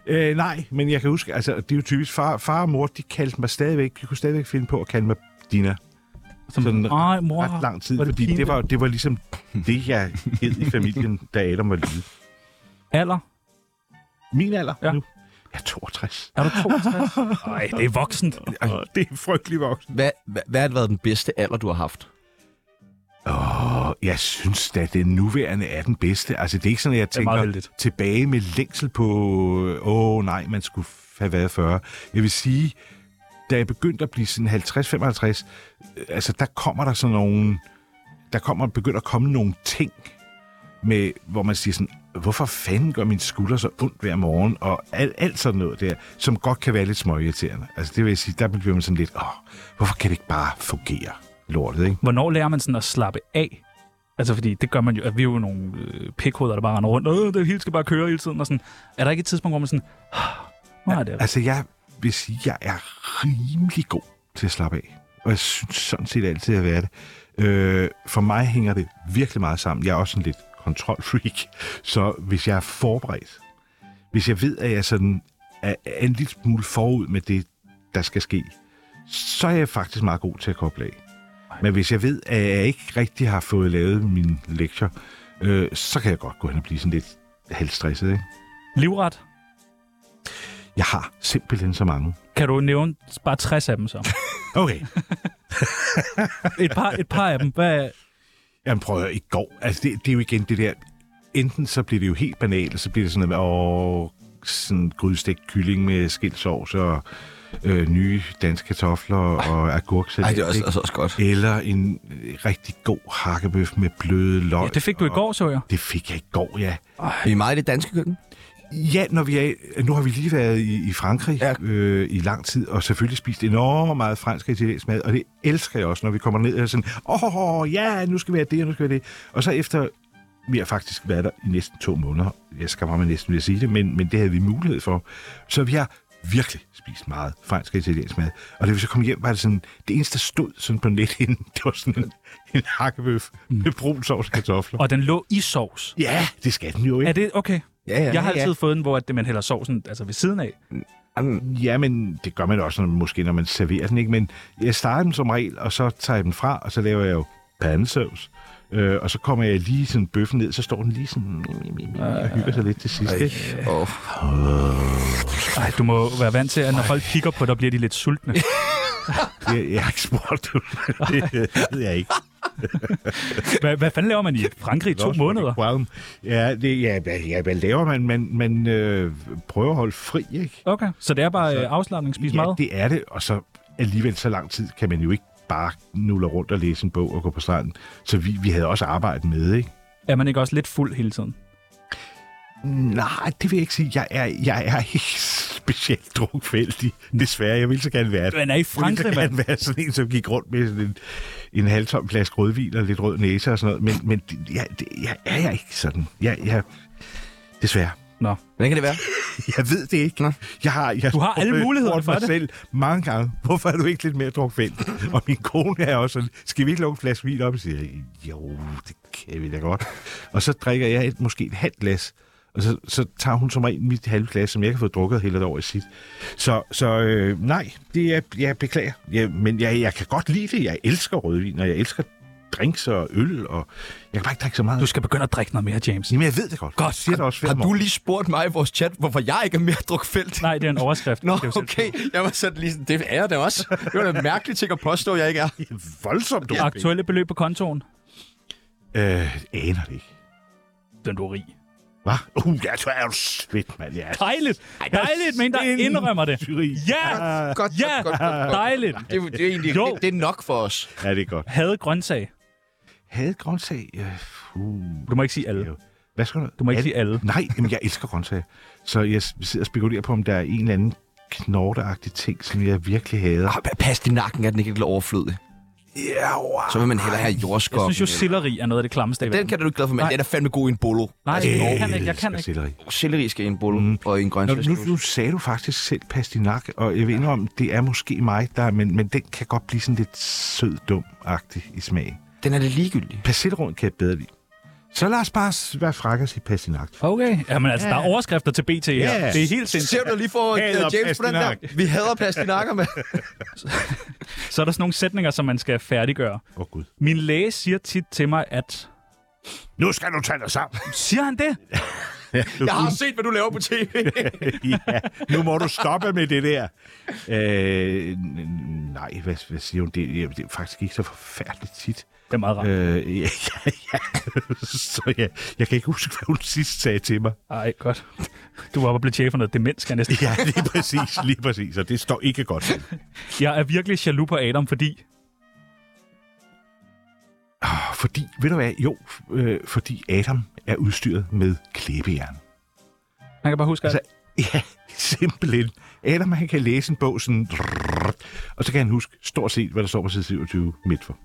Øh, nej, men jeg kan huske, altså, det er jo typisk, far, far og mor, de kaldte mig stadigvæk, de kunne stadigvæk finde på at kalde mig Dina.
Som,
Sådan
Ej, mor.
Ret lang tid,
var
det
det
fordi
pinligt."
det var, det var ligesom det, jeg hed i familien, da Adam var lille.
Alder?
Min alder
Ja.
ja. nu? Jeg er 62.
Er du 62? Nej, det er voksent.
Ej, det er frygtelig voksen.
Hvad, hvad, hvad har været den bedste alder, du har haft?
Og jeg synes da, den nuværende er den bedste. Altså, det er ikke sådan, at jeg
er meget
tænker
heldigt.
tilbage med længsel på, øh, åh oh, nej, man skulle f- have været 40. Jeg vil sige, da jeg begyndte at blive sådan 50-55, øh, altså, der kommer der sådan nogle, der kommer, begynder at komme nogle ting, med, hvor man siger sådan, hvorfor fanden gør min skulder så ondt hver morgen, og alt, alt sådan noget der, som godt kan være lidt småirriterende. Altså det vil jeg sige, der bliver man sådan lidt, åh, hvorfor kan det ikke bare fungere, lortet, ikke?
Hvornår lærer man sådan at slappe af? Altså, fordi det gør man jo, at vi er jo nogle øh, pikhoveder, der bare render rundt, øh, det hele skal bare køre hele tiden, og sådan. Er der ikke et tidspunkt, hvor man sådan, "Ah, nu er det
Altså, jeg vil sige, jeg er rimelig god til at slappe af. Og jeg synes sådan set altid, at jeg er det. Øh, for mig hænger det virkelig meget sammen. Jeg er også sådan lidt kontrolfreak. Så hvis jeg er forberedt, hvis jeg ved, at jeg sådan er er en lille smule forud med det, der skal ske, så er jeg faktisk meget god til at koble af. Men hvis jeg ved, at jeg ikke rigtig har fået lavet min lektier, øh, så kan jeg godt gå hen og blive sådan lidt halvstresset. Ikke?
livret?
Jeg har simpelthen så mange.
Kan du nævne bare 60 af dem så?
Okay,
Et par, et par af dem. Hvad,
Jamen prøv at høre, i går. Altså, det, det er jo igen det der, enten så bliver det jo helt banalt, og så bliver det sådan noget med, åh, sådan grydestegt kylling med skilsovs og øh, nye danske kartofler og agurksalat.
Ej, det er også-
ikke?
altså også godt.
Eller en øh, rigtig god hakkebøf med bløde løg.
Ja, det fik du i går, så jeg.
Det fik jeg i går, ja.
Vi er meget i det danske køkken.
Ja, når vi er, nu har vi lige været i, i Frankrig ja. øh, i lang tid, og selvfølgelig spist enormt meget fransk og italiensk mad, og det elsker jeg også, når vi kommer ned og er sådan, åh, oh, ja, nu skal vi have det, og nu skal vi have det. Og så efter, vi har faktisk været der i næsten to måneder, jeg skammer mig næsten ved at sige det, men, men det havde vi mulighed for. Så vi har virkelig spist meget fransk og italiensk mad. Og da vi så kom hjem, var det sådan, det eneste, der stod sådan på nettet, det var sådan en, en hakkebøf med brun sovs og kartofler.
Og den lå i sovs.
Ja, det skal den jo, ikke?
Er det okay?
Ja, ja,
jeg har
ja, ja.
altid fået den, hvor at det- man hælder sovsen altså ved siden af.
Jamen, ja, men det gør man også, når, måske når man serverer den, ikke? Men jeg starter den som regel, og så tager jeg den fra, og så laver jeg jo pandesovs. Øh, og så kommer jeg lige sådan bøffen ned, så står den lige sådan og hygger sig lidt til sidst. ikke?
Åh,
Ej, du må være vant til, at når folk kigger på dig, bliver de lidt sultne.
Jeg, jeg har ikke spurgt, det ved jeg ikke.
Hvad, hvad fanden laver man i Frankrig i to
Lost
måneder?
Problem. Ja, det, ja, hvad- ja, hvad laver man? Man, man øh, prøver at holde fri, ikke?
Okay, så det er bare øh, afslappning, spise
ja,
mad?
det er det. Og så alligevel så lang tid kan man jo ikke bare nulle rundt og læse en bog og gå på stranden. Så vi, vi havde også arbejdet med, ikke?
Er man ikke også lidt fuld hele tiden?
Nej, det vil jeg ikke sige. Jeg er, jeg er ikke specielt drukfældig, desværre. Jeg ville så gerne være det.
Man er i Frankrig,
Jeg ville så
mand.
gerne være sådan en, som gik rundt med sådan en, en halvtom flaske rødvin og lidt rød næse og sådan noget. Men, men det- jeg, det, jeg, er jeg ikke sådan. Jeg, jeg, desværre.
Nå.
Hvordan kan det være?
Jeg ved det ikke. Jeg har, jeg
Du har
spurgt-
alle
spurgt
mulighederne for
mig
det.
selv mange gange, hvorfor er du ikke lidt mere drukfældig? og min kone er også sådan, skal vi ikke lukke en flaske vin op? Og siger, jeg, jo, det kan vi da godt. Og så drikker jeg et, måske et halvt glas, og så, så tager hun som regel mit halve glas, som jeg ikke har fået drukket og hælder det over i sit. Så, så øh, nej, det er, jeg beklager. Jeg, men jeg, jeg kan godt lide det. Jeg elsker rødvin, og jeg elsker drinks og øl, og jeg kan bare ikke drikke så meget.
Du skal begynde at drikke noget mere, James.
Jamen, jeg ved det godt.
Godt.
Jeg siger det også hver
Har du
morgen.
lige spurgt mig i vores chat, hvorfor jeg ikke er mere drukfældt?
Nej, det er en overskrift.
Nå,
Det er jo selv-
okay. Jeg var sådan lige sådan, det er jeg da også. Det var da en mærkelig ting at påstå, at jeg ikke er.
Voldsomt, du
Aktuelle beløb på kontoen?
Øh, aner det ikke.
Den du er rig.
Hvad? Uh, ja, så er du svedt, mand. Ja.
Dejligt. Dejligt, men der indrømmer det. Ja,
Godt,
ja,
godt, godt, godt.
dejligt.
Det, er jo- det er egentlig
Jo.
det, det er nok for os.
ja, det er godt.
Havde grøntsag.
Havde grøntsag? Ja, uh,
Du må ikke sige alle.
Hvad skal du?
Du må ikke sige alle.
Nej, jamen, jeg elsker grøntsager. Så jeg s- sidder og spekulerer på, om der er en eller anden knorteagtig ting, som jeg virkelig hader.
Ah, Pas din nakken, at den ikke er lidt overflødig.
Ja, wow.
Så vil man hellere have
Jeg
jordskokken.
synes jo, selleri er noget af det klammeste i
Den
verden.
kan du ikke glade for, men
Nej.
den er fandme god i en bolo.
Nej, jeg kan ikke. Jeg kan ikke.
Selleri.
Selleri skal i en bolo mm. og i en
Nå,
grøntsags.
nu, nu sagde du faktisk selv pastinak, og jeg ved ikke om, det er måske mig, der, men, men den kan godt blive sådan lidt sød-dum-agtig i smagen.
Den er lidt ligegyldig.
Persillerund kan jeg bedre lide. Så lad os bare s- være frakke og sige pastinak.
Okay. Jamen altså, der er overskrifter til BT her.
Ja.
Det er helt sindssygt.
Ser du lige for uh,
Hader
James på den der?
pastinak.
Vi hader pastinakker, med.
Så er der sådan nogle sætninger, som man skal færdiggøre.
Åh, oh, Gud.
Min læge siger tit til mig, at...
Nu skal du tage dig sammen.
Siger han det?
Jeg har set, hvad du laver på tv.
ja, nu må du stoppe med det der. Øh, n- n- nej, hvad, hvad siger hun? Det, ja, det er faktisk ikke så forfærdeligt tit.
Det er meget rart.
Øh, ja, ja, ja. Så ja, jeg kan ikke huske, hvad hun sidst sagde til mig.
Ej, godt. Du var oppe og blev chef for noget demens, kan jeg næsten.
Ja, lige præcis, lige præcis. Og det står ikke godt til.
Jeg er virkelig jaloux på Adam, fordi...
Ah, Fordi, ved du hvad? Jo, f- øh, fordi Adam er udstyret med klæbejern.
Man kan bare huske, at...
Altså, ja, simpelthen. Adam, han kan læse en bog sådan... Og så kan han huske stort set, hvad der står på side 27 midt for.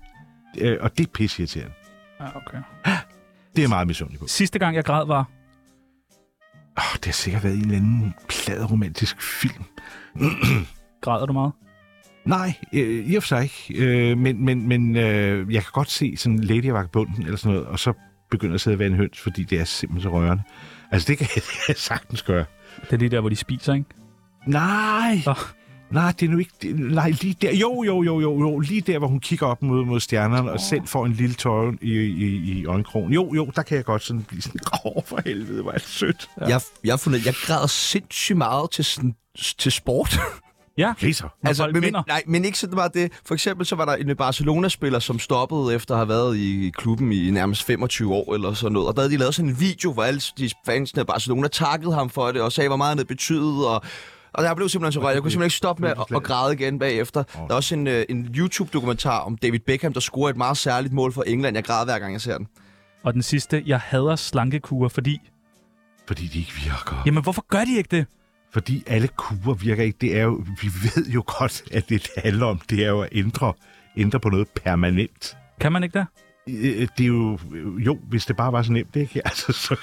Øh, Og det er pisseirriterende.
Ah, okay.
Det er jeg meget misundelig på.
Sidste gang, jeg græd, var...
Oh, det har sikkert været en eller anden pladeromantisk film.
Græder du meget?
Nej, øh, i og for sig ikke. Øh, men men, men øh, jeg kan godt se sådan Lady og bunden eller sådan noget, og så begynder jeg at sidde og være en høns, fordi det er simpelthen så rørende. Altså, det kan jeg, det kan jeg sagtens gøre.
Det er lige der, hvor de spiser, ikke?
Nej,
Nå.
nej, det er nu ikke... Det, nej, lige der. Jo, jo, jo, jo, jo. Lige der, hvor hun kigger op mod, mod stjernerne, og selv får en lille tøj i, i, i øjenkrogen. Jo, jo, der kan jeg godt sådan blive sådan... Åh, oh, for helvede, hvor er det sødt.
jeg, jeg, har fundet, jeg græder sindssygt meget til, sådan, til sport.
Ja.
Griser.
Altså, men, nej, men ikke så meget det. For eksempel så var der en Barcelona-spiller, som stoppede efter at have været i klubben i nærmest 25 år eller sådan noget. Og der havde de lavet sådan en video, hvor alle de fansene af Barcelona takkede ham for det og sagde, hvor meget han havde betydet. Og, og jeg blev simpelthen så rørt. Jeg kunne simpelthen ikke stoppe med at, at græde igen bagefter. Der er også en, øh, en YouTube-dokumentar om David Beckham, der scorede et meget særligt mål for England. Jeg græder hver gang, jeg ser den.
Og den sidste, jeg hader slankekurer, fordi...
Fordi de ikke virker.
Jamen, hvorfor gør de ikke det?
Fordi alle kurer virker ikke. Det er jo, vi ved jo godt, at det, det handler om, det er jo at ændre, ændre på noget permanent.
Kan man ikke det?
Øh, Det er jo, jo, hvis det bare var så nemt, ikke? Altså, så,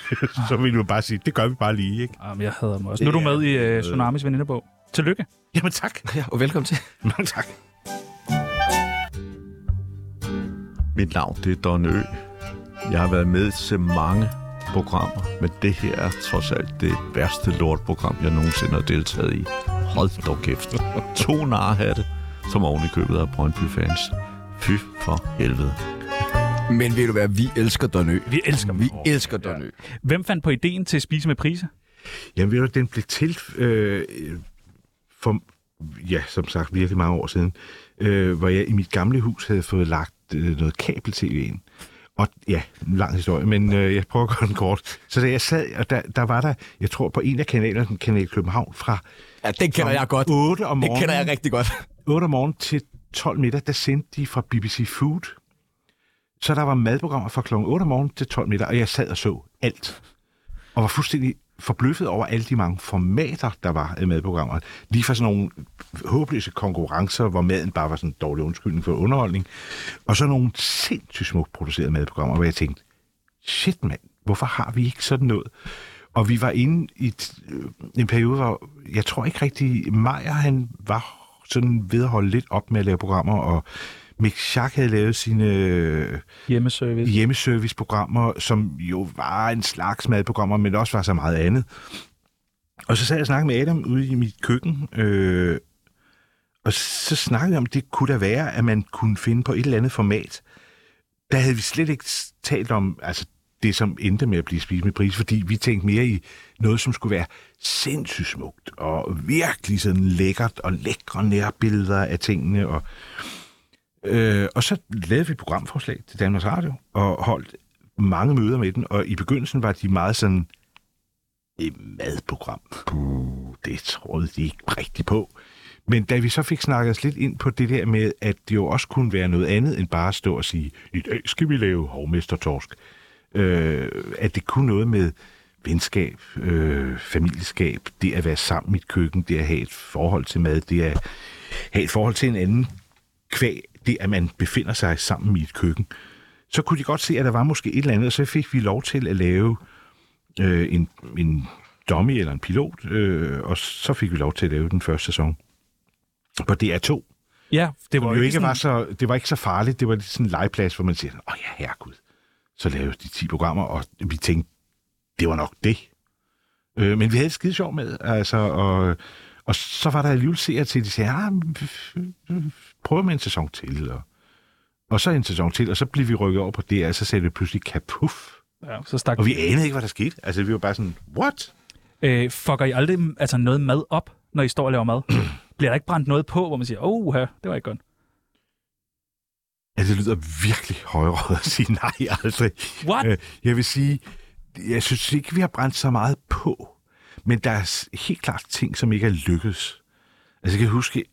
så ville vi jo bare sige, det gør vi bare lige, ikke?
Jamen, jeg hader dem også. Nu er du med i øh, Tsunamis venindebog. Tillykke.
Jamen, tak.
Ja, og velkommen til.
Mange tak.
Mit navn det er Don Ø. Jeg har været med til mange programmer, men det her er trods alt det værste lortprogram, jeg nogensinde har deltaget i. Hold dog kæft. To narhatte, som oven i købet af Brøndby-fans. Fy for helvede.
Men ved du hvad, vi elsker Donø.
Vi elsker
Vi elsker Donø.
Hvem fandt på ideen til at spise med priser?
Jamen, ved du, den blev til øh, for, ja, som sagt, virkelig mange år siden, øh, hvor jeg i mit gamle hus havde fået lagt øh, noget kabel-tv ind. Og ja, en lang historie, men øh, jeg prøver at gøre den kort. Så da jeg sad, og der, der var der, jeg tror på en af kanalerne, Kanal København, fra
Ja, den kender
Klokken
jeg godt.
8 om
Den
morgenen.
kender jeg rigtig godt.
8 om morgenen til 12 middag, der sendte de fra BBC Food. Så der var madprogrammer fra kl. 8 om morgenen til 12 middag, og jeg sad og så alt. Og var fuldstændig forbløffet over alle de mange formater, der var i madprogrammer. Lige fra sådan nogle håbløse konkurrencer, hvor maden bare var sådan en dårlig undskyldning for underholdning. Og så nogle sindssygt smukt producerede madprogrammer, hvor jeg tænkte, shit mand, hvorfor har vi ikke sådan noget? Og vi var inde i et, øh, en periode, hvor jeg tror ikke rigtig, Majer han var sådan ved at holde lidt op med at lave programmer, og Mick Schack havde lavet sine øh,
Hjemmeservice.
hjemmeserviceprogrammer, som jo var en slags madprogrammer, men også var så meget andet. Og så sad jeg og snakkede med Adam ude i mit køkken, øh, og så snakkede vi om, det kunne da være, at man kunne finde på et eller andet format. Der havde vi slet ikke s- talt om altså, det, som endte med at blive spist med pris, fordi vi tænkte mere i noget, som skulle være sindssygt smukt, og virkelig sådan lækkert, og lækre nærbilleder af tingene. Og, øh, og så lavede vi et programforslag til Danmarks Radio, og holdt mange møder med den, og i begyndelsen var de meget sådan, et madprogram. Puh, det troede de ikke rigtigt på. Men da vi så fik snakket os lidt ind på det der med, at det jo også kunne være noget andet end bare at stå og sige, i dag skal vi lave hovmester Torsk. Øh, at det kunne noget med venskab, øh, familieskab, det at være sammen i et køkken, det at have et forhold til mad, det at have et forhold til en anden kvæg, det at man befinder sig sammen i et køkken. Så kunne de godt se, at der var måske et eller andet, og så fik vi lov til at lave øh, en, en dummy eller en pilot, øh, og så fik vi lov til at lave den første sæson på DR2.
Ja, det var
jo ikke,
jo ikke
ikke
sådan-
var så, det var ikke så farligt, det var lidt sådan en legeplads, hvor man siger, åh ja, herregud, så lavede de 10 programmer, og vi tænkte, det var nok det. Øh, men vi havde det skide sjov med, altså, og, og så var der alligevel seere til, de sagde, ah, men, prøv med en sæson til, og, og så en sæson til, og så blev vi rykket over på det, og så sagde det pludselig kapuff.
Ja, så stak
Og vi anede ikke, hvad der skete. Altså, vi var bare sådan, what?
Øh, fucker I aldrig altså, noget mad op, når I står og laver mad? Bliver der ikke brændt noget på, hvor man siger, åh, her, det var ikke godt.
Ja, det lyder virkelig højrødt at sige nej aldrig.
What?
Øh, Jeg vil sige, jeg synes ikke, vi har brændt så meget på. Men der er s- helt klart ting, som ikke er lykkedes. Altså, jeg kan huske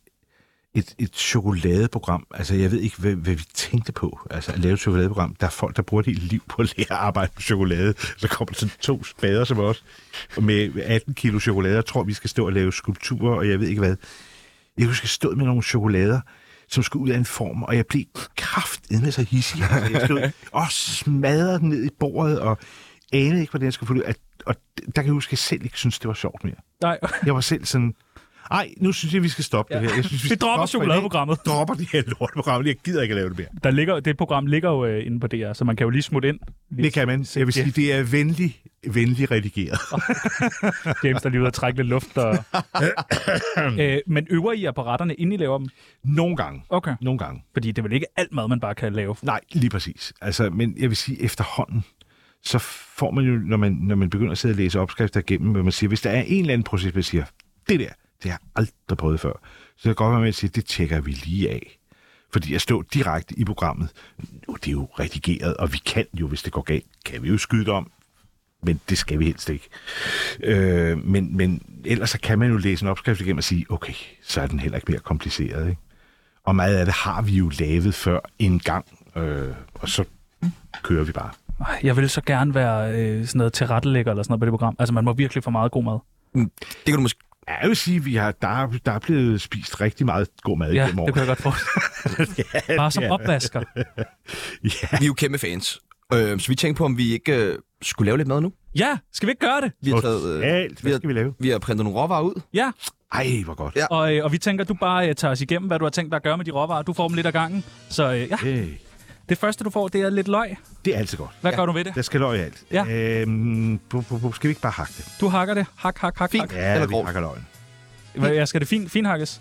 et, et chokoladeprogram. Altså, jeg ved ikke, hvad, hvad vi tænkte på. Altså, at lave et chokoladeprogram. Der er folk, der bruger et helt liv på at lære at arbejde med chokolade. Så kommer der sådan to spader som os med 18 kilo chokolade, og tror, vi skal stå og lave skulpturer, og jeg ved ikke hvad. Jeg husker, jeg stod med nogle chokolader, som skulle ud af en form, og jeg blev kraftedme så hissig. Altså, jeg stod og smadrede den ned i bordet, og anede ikke, hvordan jeg skulle få det ud. At- Og der kan jeg huske, at jeg selv ikke synes det var sjovt mere.
Nej.
Jeg var selv sådan, ej, nu synes jeg, vi skal stoppe ja. det her. Jeg synes,
Vi dropper
stopper i dag. Dropper det her lorteprogram. Jeg gider ikke at lave det mere.
Der ligger, det program ligger jo øh, inde på DR, så man kan jo lige smutte ind. Lige
Det kan man. Jeg vil sige, det er venlig, venlig redigeret.
James, der lige er ude at trække lidt luft. Og... øh, men øver I apparaterne, inden I laver dem?
Nogle gange.
Okay.
Nogle gange.
Fordi det er vel ikke alt mad, man bare kan lave?
Nej, lige præcis. Altså, men jeg vil sige, efterhånden, så får man jo, når man, når man begynder at sidde og læse opskrifter igennem, hvor man siger, hvis der er en eller anden proces, man siger, det der, Det har jeg aldrig prøvet før. Så jeg kan godt være med at sige, det tjekker vi lige af. Fordi at stå direkte i programmet, nu det er jo redigeret, og vi kan jo, hvis det går galt, kan vi jo skyde det om. Men det skal vi helst ikke. Øh, men, men ellers så kan man jo læse en opskrift igennem og sige, okay, så er den heller ikke mere kompliceret. Ikke? Og meget af det har vi jo lavet før en gang, øh, og så kører vi bare.
Ej, Jeg ville så gerne være øh, sådan noget tilrettelægger eller sådan noget på det program. Altså, man må virkelig få meget god mad.
Det kan du måske...
Ja, jeg vil sige, vi har, der, er- der er blevet spist rigtig meget god mad
Ja,
igennem
det
året.
kunne jeg godt forestille ja, Bare som
ja.
opvasker.
Ja. Vi er jo kæmpe fans. Øh, så vi tænkte på, om vi ikke øh, skulle lave lidt mad nu.
Ja, skal vi ikke gøre det?
Vi har taget... Øh,
Alt. Hvad
har-
skal vi lave?
vi har printet nogle råvarer ud.
Ja,
Ej, hvor godt.
Ja.
og, øh, og vi tænker, du bare øh, tager os igennem, hvad du har tænkt dig at gøre med de råvarer. Du får dem lidt ad gangen. Så øh, ja,
Hey.
det første, du får, det er lidt løg.
Det er altid godt.
Hvad ja. gør du ved det?
Der skal løg i alt.
Ja.
Øhm, bu, bu, bu, skal vi ikke bare hakke det?
Du hakker det. Hak, hak, hak,
Fint.
hak.
Ja,
Eller
vi
grov.
hakker løgen.
Hvad, ja, skal det fin, finhakkes?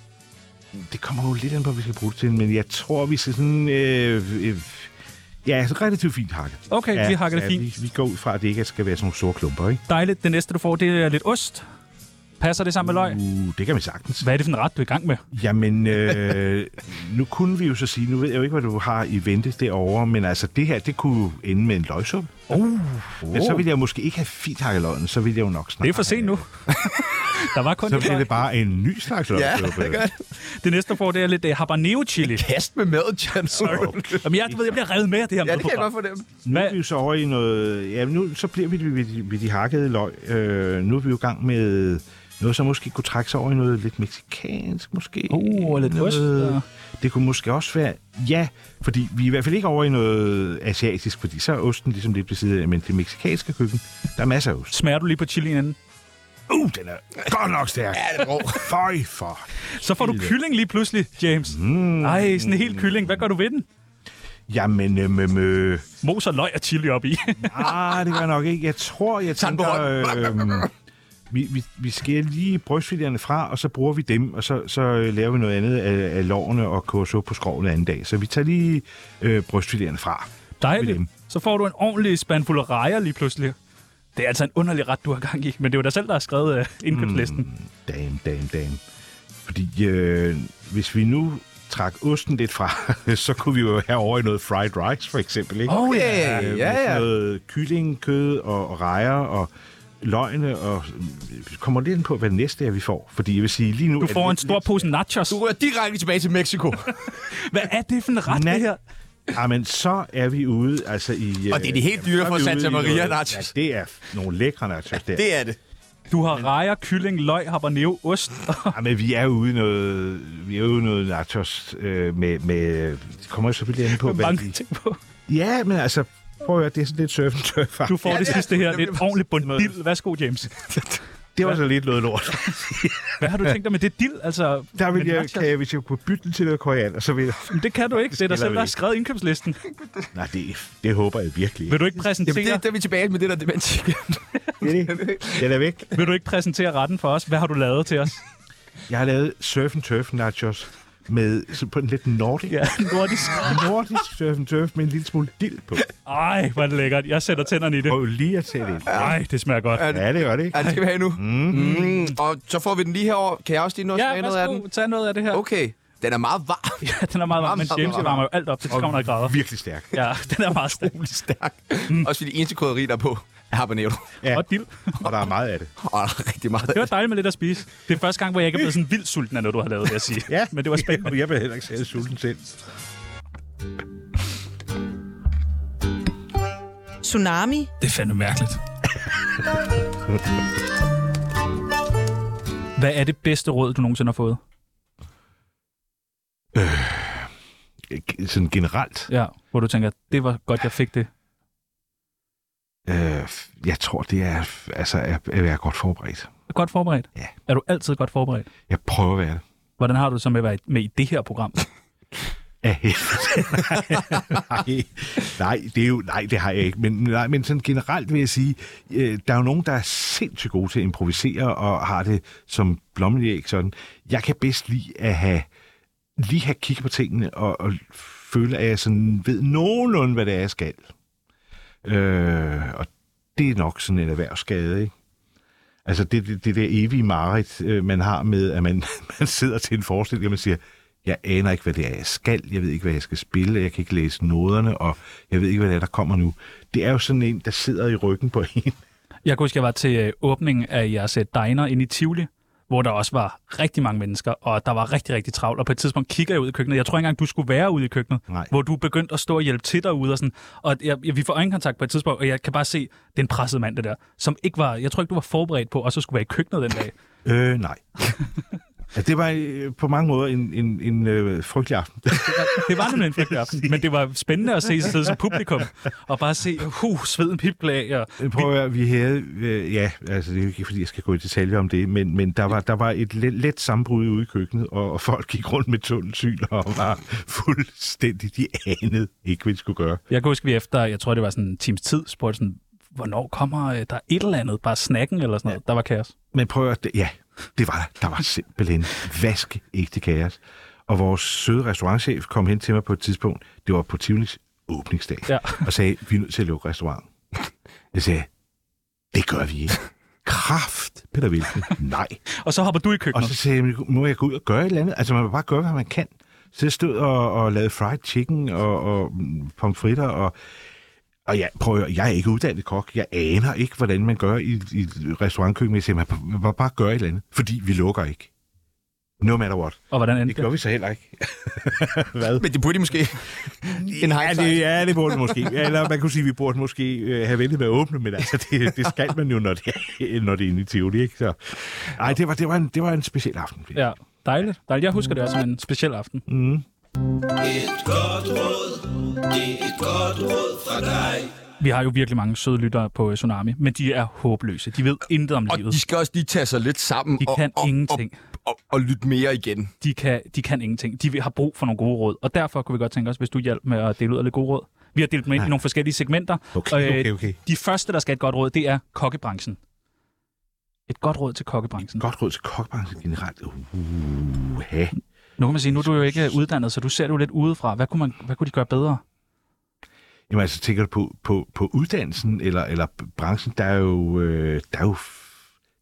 Det kommer jo lidt an på, hvad vi skal bruge det til, men jeg tror, vi skal sådan... Øh, øh, ja, så relativt fint hakket.
Okay,
ja,
vi hakker det
ja,
fint.
Vi, vi går ud fra, at det ikke skal være sådan nogle store klumper, ikke?
Dejligt. Det næste, du får, det er lidt ost. Passer det sammen med løg?
Uh, det kan vi sagtens.
Hvad er det for en ret, du er i gang med?
Jamen, øh, nu kunne vi jo så sige, nu ved jeg jo ikke, hvad du har i vente derovre, men altså det her, det kunne jo ende med en løgsuppe.
Uh,
Men så ville jeg måske ikke have fint hakket løgene, så ville jeg jo nok snakke.
det er for sent nu. Der var kun
Så
lidt
bliver
løg.
det bare en ny slags løgsuppe.
Det næste, du får, det er lidt uh, habanero chili.
Kast med maden, James.
Jamen, jeg, du ved, jeg bliver revet med af det her
ja, det kan jeg
madprogram.
godt fornemme.
Nu er vi jo så over i noget... Ja, nu så bliver vi ved de, ved de hakkede løg. Øh, nu er vi jo i gang med noget, som måske kunne trække sig over i noget lidt meksikansk, måske.
Uh, og lidt
noget,
ost, ja.
Det kunne måske også være... Ja, fordi vi er i hvert fald ikke over i noget asiatisk, fordi så er osten ligesom lidt ved siden af, men det meksikanske køkken, der er masser af ost.
Smager du lige på chilien inden?
Uh, den er godt nok stærk. ja, den er rå. Føj for.
Så får du kylling lige pludselig, James. Mm. Ej, sådan en hel kylling. Hvad gør du ved den?
Jamen, øhm, øhm, øh,
Moser løg og chili op i.
Ah, det gør jeg nok ikke. Jeg tror, jeg
Tag den på
tænker... Øh, vi, vi, vi skærer lige brystfilerne fra, og så bruger vi dem, og så, så øh, laver vi noget andet af, af lårene og koger så på skroven anden dag. Så vi tager lige øh, brystfilerne fra.
Dejligt.
Ved dem.
Så får du en ordentlig spandfuld af rejer lige pludselig. Det er altså en underlig ret, du har gang i, men det er jo dig selv, der har skrevet uh, indkøbslisten. Mm.
Damn, damn, damn. Fordi øh, hvis vi nu trak osten lidt fra, så kunne vi jo have over i noget fried rice, for eksempel. Ikke?
Oh, ja.
Okay,
Øh, med
ja,
sådan
ja.
noget kyllingkød og, og rejer og løgne, og øh, vi kommer lidt ind på, hvad det næste er, vi får. Fordi jeg vil sige, lige nu...
Du
er
får en
det
stor pose nachos.
Du ryger direkte tilbage til Mexico.
Hvad er det for en ret,
Nat-
det her?
Ja, Ah, men så er vi ude altså i... øh,
Og det er de helt
jamen,
dyre
så er
fra
vi
Santa
ude i
Maria
noget-
nachos.
Ja, det er nogle lækre nachos der.
det er det.
Du har rejer, kylling, løg, habanero, ost.
Ja, Ah, men vi er ude i noget, vi er ude i noget nachos øh, med, med... Det kommer jeg selvfølgelig an på,
og
hvad
mange
de...
ting på.
Ja, men altså, prøv at høre, det er sådan lidt surf and turf
Du får det sidste her. Det er et ordentligt bund
Noget-
dild. Værsgo, James.
Det var så lidt noget lort.
Hvad har du tænkt dig med det dild? Altså,
Der vil
med
jeg,
nachos?
kan jeg, hvis jeg kunne bytte den til noget koreaner, så vil jeg...
Men det kan du ikke. Det er
Spiller
dig selv,
vi
der har
ikke.
skrevet indkøbslisten.
Nej, det, det håber jeg virkelig.
Vil du ikke
Jamen,
præsentere,
det, der er vi tilbage med det der demens igen.
Det er det. Den er væk.
vil du ikke præsentere retten for os? Hvad har du lavet til os?
Jeg har lavet surf and turf nachos med, så på en lidt nordisk,
Ja, nordisk.
nordisk surf and turf med en lille smule dild på.
Ej, hvor er det lækkert. Jeg sætter tænderne i det.
Prøv lige at tage det ind.
Ej, det smager godt.
Ja, det gør det,
Ja,
ikke?
det skal vi have nu. Mm. Og så får vi den lige herover. Kan jeg også lige nå at smage
Ja,
noget af den?
værsgo. Tag noget af det her.
Okay. Den er meget varm.
Ja, den er meget varm, men
Meget,
James
meget
varmer jo alt op til 300 grader.
Virkelig stærk.
Ja, den er meget stærk.
Stærk. Mm. Også fordi de eneste krydderi, der er på, er habanero.
Ja,
Og dild.
og der er meget af det.
Og der er rigtig meget.
Det var dejligt med lidt at spise. Det er første gang, hvor jeg ikke er blevet sådan vildt sulten af noget, du har lavet, vil jeg sige.
Ja,
Men det var spændende.
Jeg bliver heller ikke særlig sulten selv.
Tsunami,
Det er fandme mærkeligt.
Hvad er det bedste råd, du nogensinde har fået?
Øh, Sådan generelt.
Ja, hvor du tænker, det var godt, jeg fik det.
Øh, jeg tror, det er altså, at at være godt forberedt.
Godt forberedt?
Ja.
Er du altid godt forberedt?
Jeg prøver at være det.
Hvordan har du det så med at være med i det her program?
Af helvede. nej, nej, det er jo, nej, det har jeg ikke. Men, nej, men sådan generelt vil jeg sige, øh, der er jo nogen, der er sindssygt gode til at improvisere og har det som blommelæg sådan. Jeg kan bedst lide at have, lige have kigget på tingene og, og føle, at jeg sådan ved nogenlunde, hvad det er, jeg skal. Øh, og det er nok sådan en erhvervsskade, ikke? Altså det, det, det der evige mareridt, øh, man har med, at man, man sidder til en forestilling, og man siger, jeg aner ikke, hvad det er, jeg skal, jeg ved ikke, hvad jeg skal spille, jeg kan ikke læse noderne, og jeg ved ikke, hvad det er, der kommer nu. Det er jo sådan en, der sidder i ryggen på en.
Jeg kan huske, jeg var til øh, åbningen af jeres øh, diner inde i Tivoli, hvor der også var rigtig mange mennesker, og der var rigtig, rigtig travlt. Og på et tidspunkt kigger jeg ud i køkkenet. Jeg tror ikke engang, du skulle være ude i køkkenet,
Nej.
hvor du begyndte at stå og hjælpe til derude. Og, sådan. og jeg, jeg, vi får øjenkontakt på et tidspunkt, og jeg kan bare se, den pressede mand, det der, som ikke var, jeg tror ikke, du var forberedt på, og så skulle være i køkkenet den dag.
Øh, nej. Ja, det var øh, på mange måder en, en, en øh, frygtelig aften.
Det var nemlig en frygtelig aften, men det var spændende at se sig sidde som publikum, og bare se, huh, sveden pipler af, og
Prøv at høre, vi havde, øh, ja, altså det er jo ikke, fordi jeg skal gå i detaljer om det, men, men der, var, der var et let, let sammenbrud ude i køkkenet, og, og folk gik rundt med tunnelsyn og var fuldstændig, de anede ikke, hvad de skulle gøre.
Jeg kan huske, vi efter, jeg tror, det var sådan en times tid, spurgte sådan, hvornår kommer øh, der et eller andet, bare snakken eller sådan noget. Der var kaos.
Men prøv at høre, det- ja, det var der. Der var simpelthen vask ægte kaos. Og vores søde restaurantchef kom hen til mig på et tidspunkt, det var på Tivolis åbningsdag, ja. og sagde, vi er nødt til at lukke restauranten. Jeg sagde, det gør vi ikke. Kraft, Peter Wilken. Nej.
og så hopper du i køkkenet.
Og så sagde jeg, må jeg gå ud og gøre et eller andet? Altså, man må bare gøre, hvad man kan. Så jeg stod og, og lavede fried chicken og, og mm, pomfritter, og, og jeg, prøv at høre, jeg er ikke uddannet kok. Jeg aner ikke, hvordan man gør i, i et restaurantkøkken. Jeg siger, man må- må bare gøre et eller andet, fordi vi lukker ikke. No matter what.
Og hvordan endte
det? Det gør vi så heller ikke. Hvad?
Men det burde de måske.
en ja, det, ja, det burde måske. Ja, eller man kunne sige, at vi burde måske øh, have ventet med at åbne, men altså, det, det skal man jo, når det, er- når det er inde i Tivoli, ikke? Så, ej, det var, det, var en, det var en speciel aften.
Ja, dejligt. dejligt. Jeg husker det også som en speciel aften.
Mm.
Et godt råd, det er et godt råd fra dig.
Vi har jo virkelig mange søde lyttere på øh, Tsunami, men de er håbløse. De ved intet om livet.
De skal også lige tage sig lidt sammen
De
og,
kan
og,
ingenting.
Og, og, og lytte mere igen.
De kan, de kan ingenting. De vil- har brug for nogle gode råd, og derfor kunne vi godt tænke os, hvis du hjalp med at dele ud af lidt gode råd. Vi har delt dem ind i nogle forskellige segmenter.
Ah. Okay,
og, øh,
okay, okay.
De første, der skal have et godt råd, det er kokkebranchen. Et godt råd til kokkebranchen.
Godt råd til kokkebranchen generelt. Uha.
Nu kan man sige, nu er du jo ikke uddannet, så du ser det jo lidt udefra. Hvad kunne, man, hvad kunne de gøre bedre?
Jamen altså, tænker du på, på, på uddannelsen eller, eller branchen? Der er jo... Øh, der er jo f-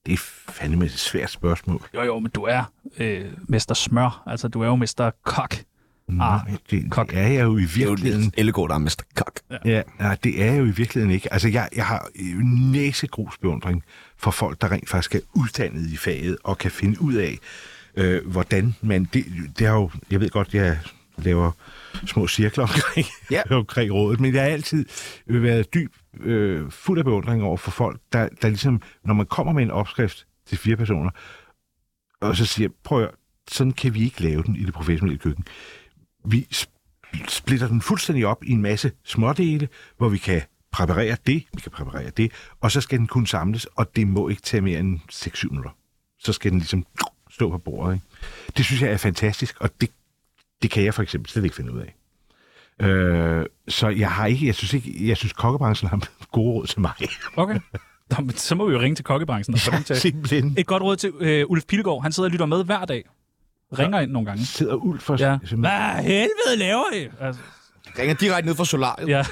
det er fandme et svært spørgsmål.
Jo, jo, men du er øh, mester smør. Altså, du er jo mester kok. Ah,
Nej, det, kok. det er jeg jo i virkeligheden. Det
er jo der er mester kok.
Ja. ja, nej, det er jeg jo i virkeligheden ikke. Altså, jeg, jeg har øh, næsegrus beundring for folk, der rent faktisk er uddannet i faget og kan finde ud af, øh, hvordan man... Det, det er jo... Jeg ved godt, jeg laver små cirkler omkring, ja. omkring rådet, men jeg har altid været dyb, øh, fuld af beundring over for folk, der, der ligesom, når man kommer med en opskrift til fire personer, og så siger, jeg, prøv at høre, sådan kan vi ikke lave den i det professionelle køkken. Vi sp- splitter den fuldstændig op i en masse smådele, hvor vi kan præparere det, vi kan præparere det, og så skal den kunne samles, og det må ikke tage mere end 6-7 minutter. Så skal den ligesom stå på bordet. Ikke? Det synes jeg er fantastisk, og det, det kan jeg for eksempel slet ikke finde ud af. Øh, så jeg har ikke, jeg synes ikke, jeg synes kokkebranchen har gode råd til mig.
Okay. Nå, men så må vi jo ringe til kokkebranchen. Og få dem til.
simpelthen.
Et godt råd til øh, Ulf Pilgaard. Han sidder og lytter med hver dag. Ringer ind nogle gange.
Sidder Ulf for...
Ja. Hvad helvede laver I? Altså,
Ringer direkte ned fra solariet.
Ja.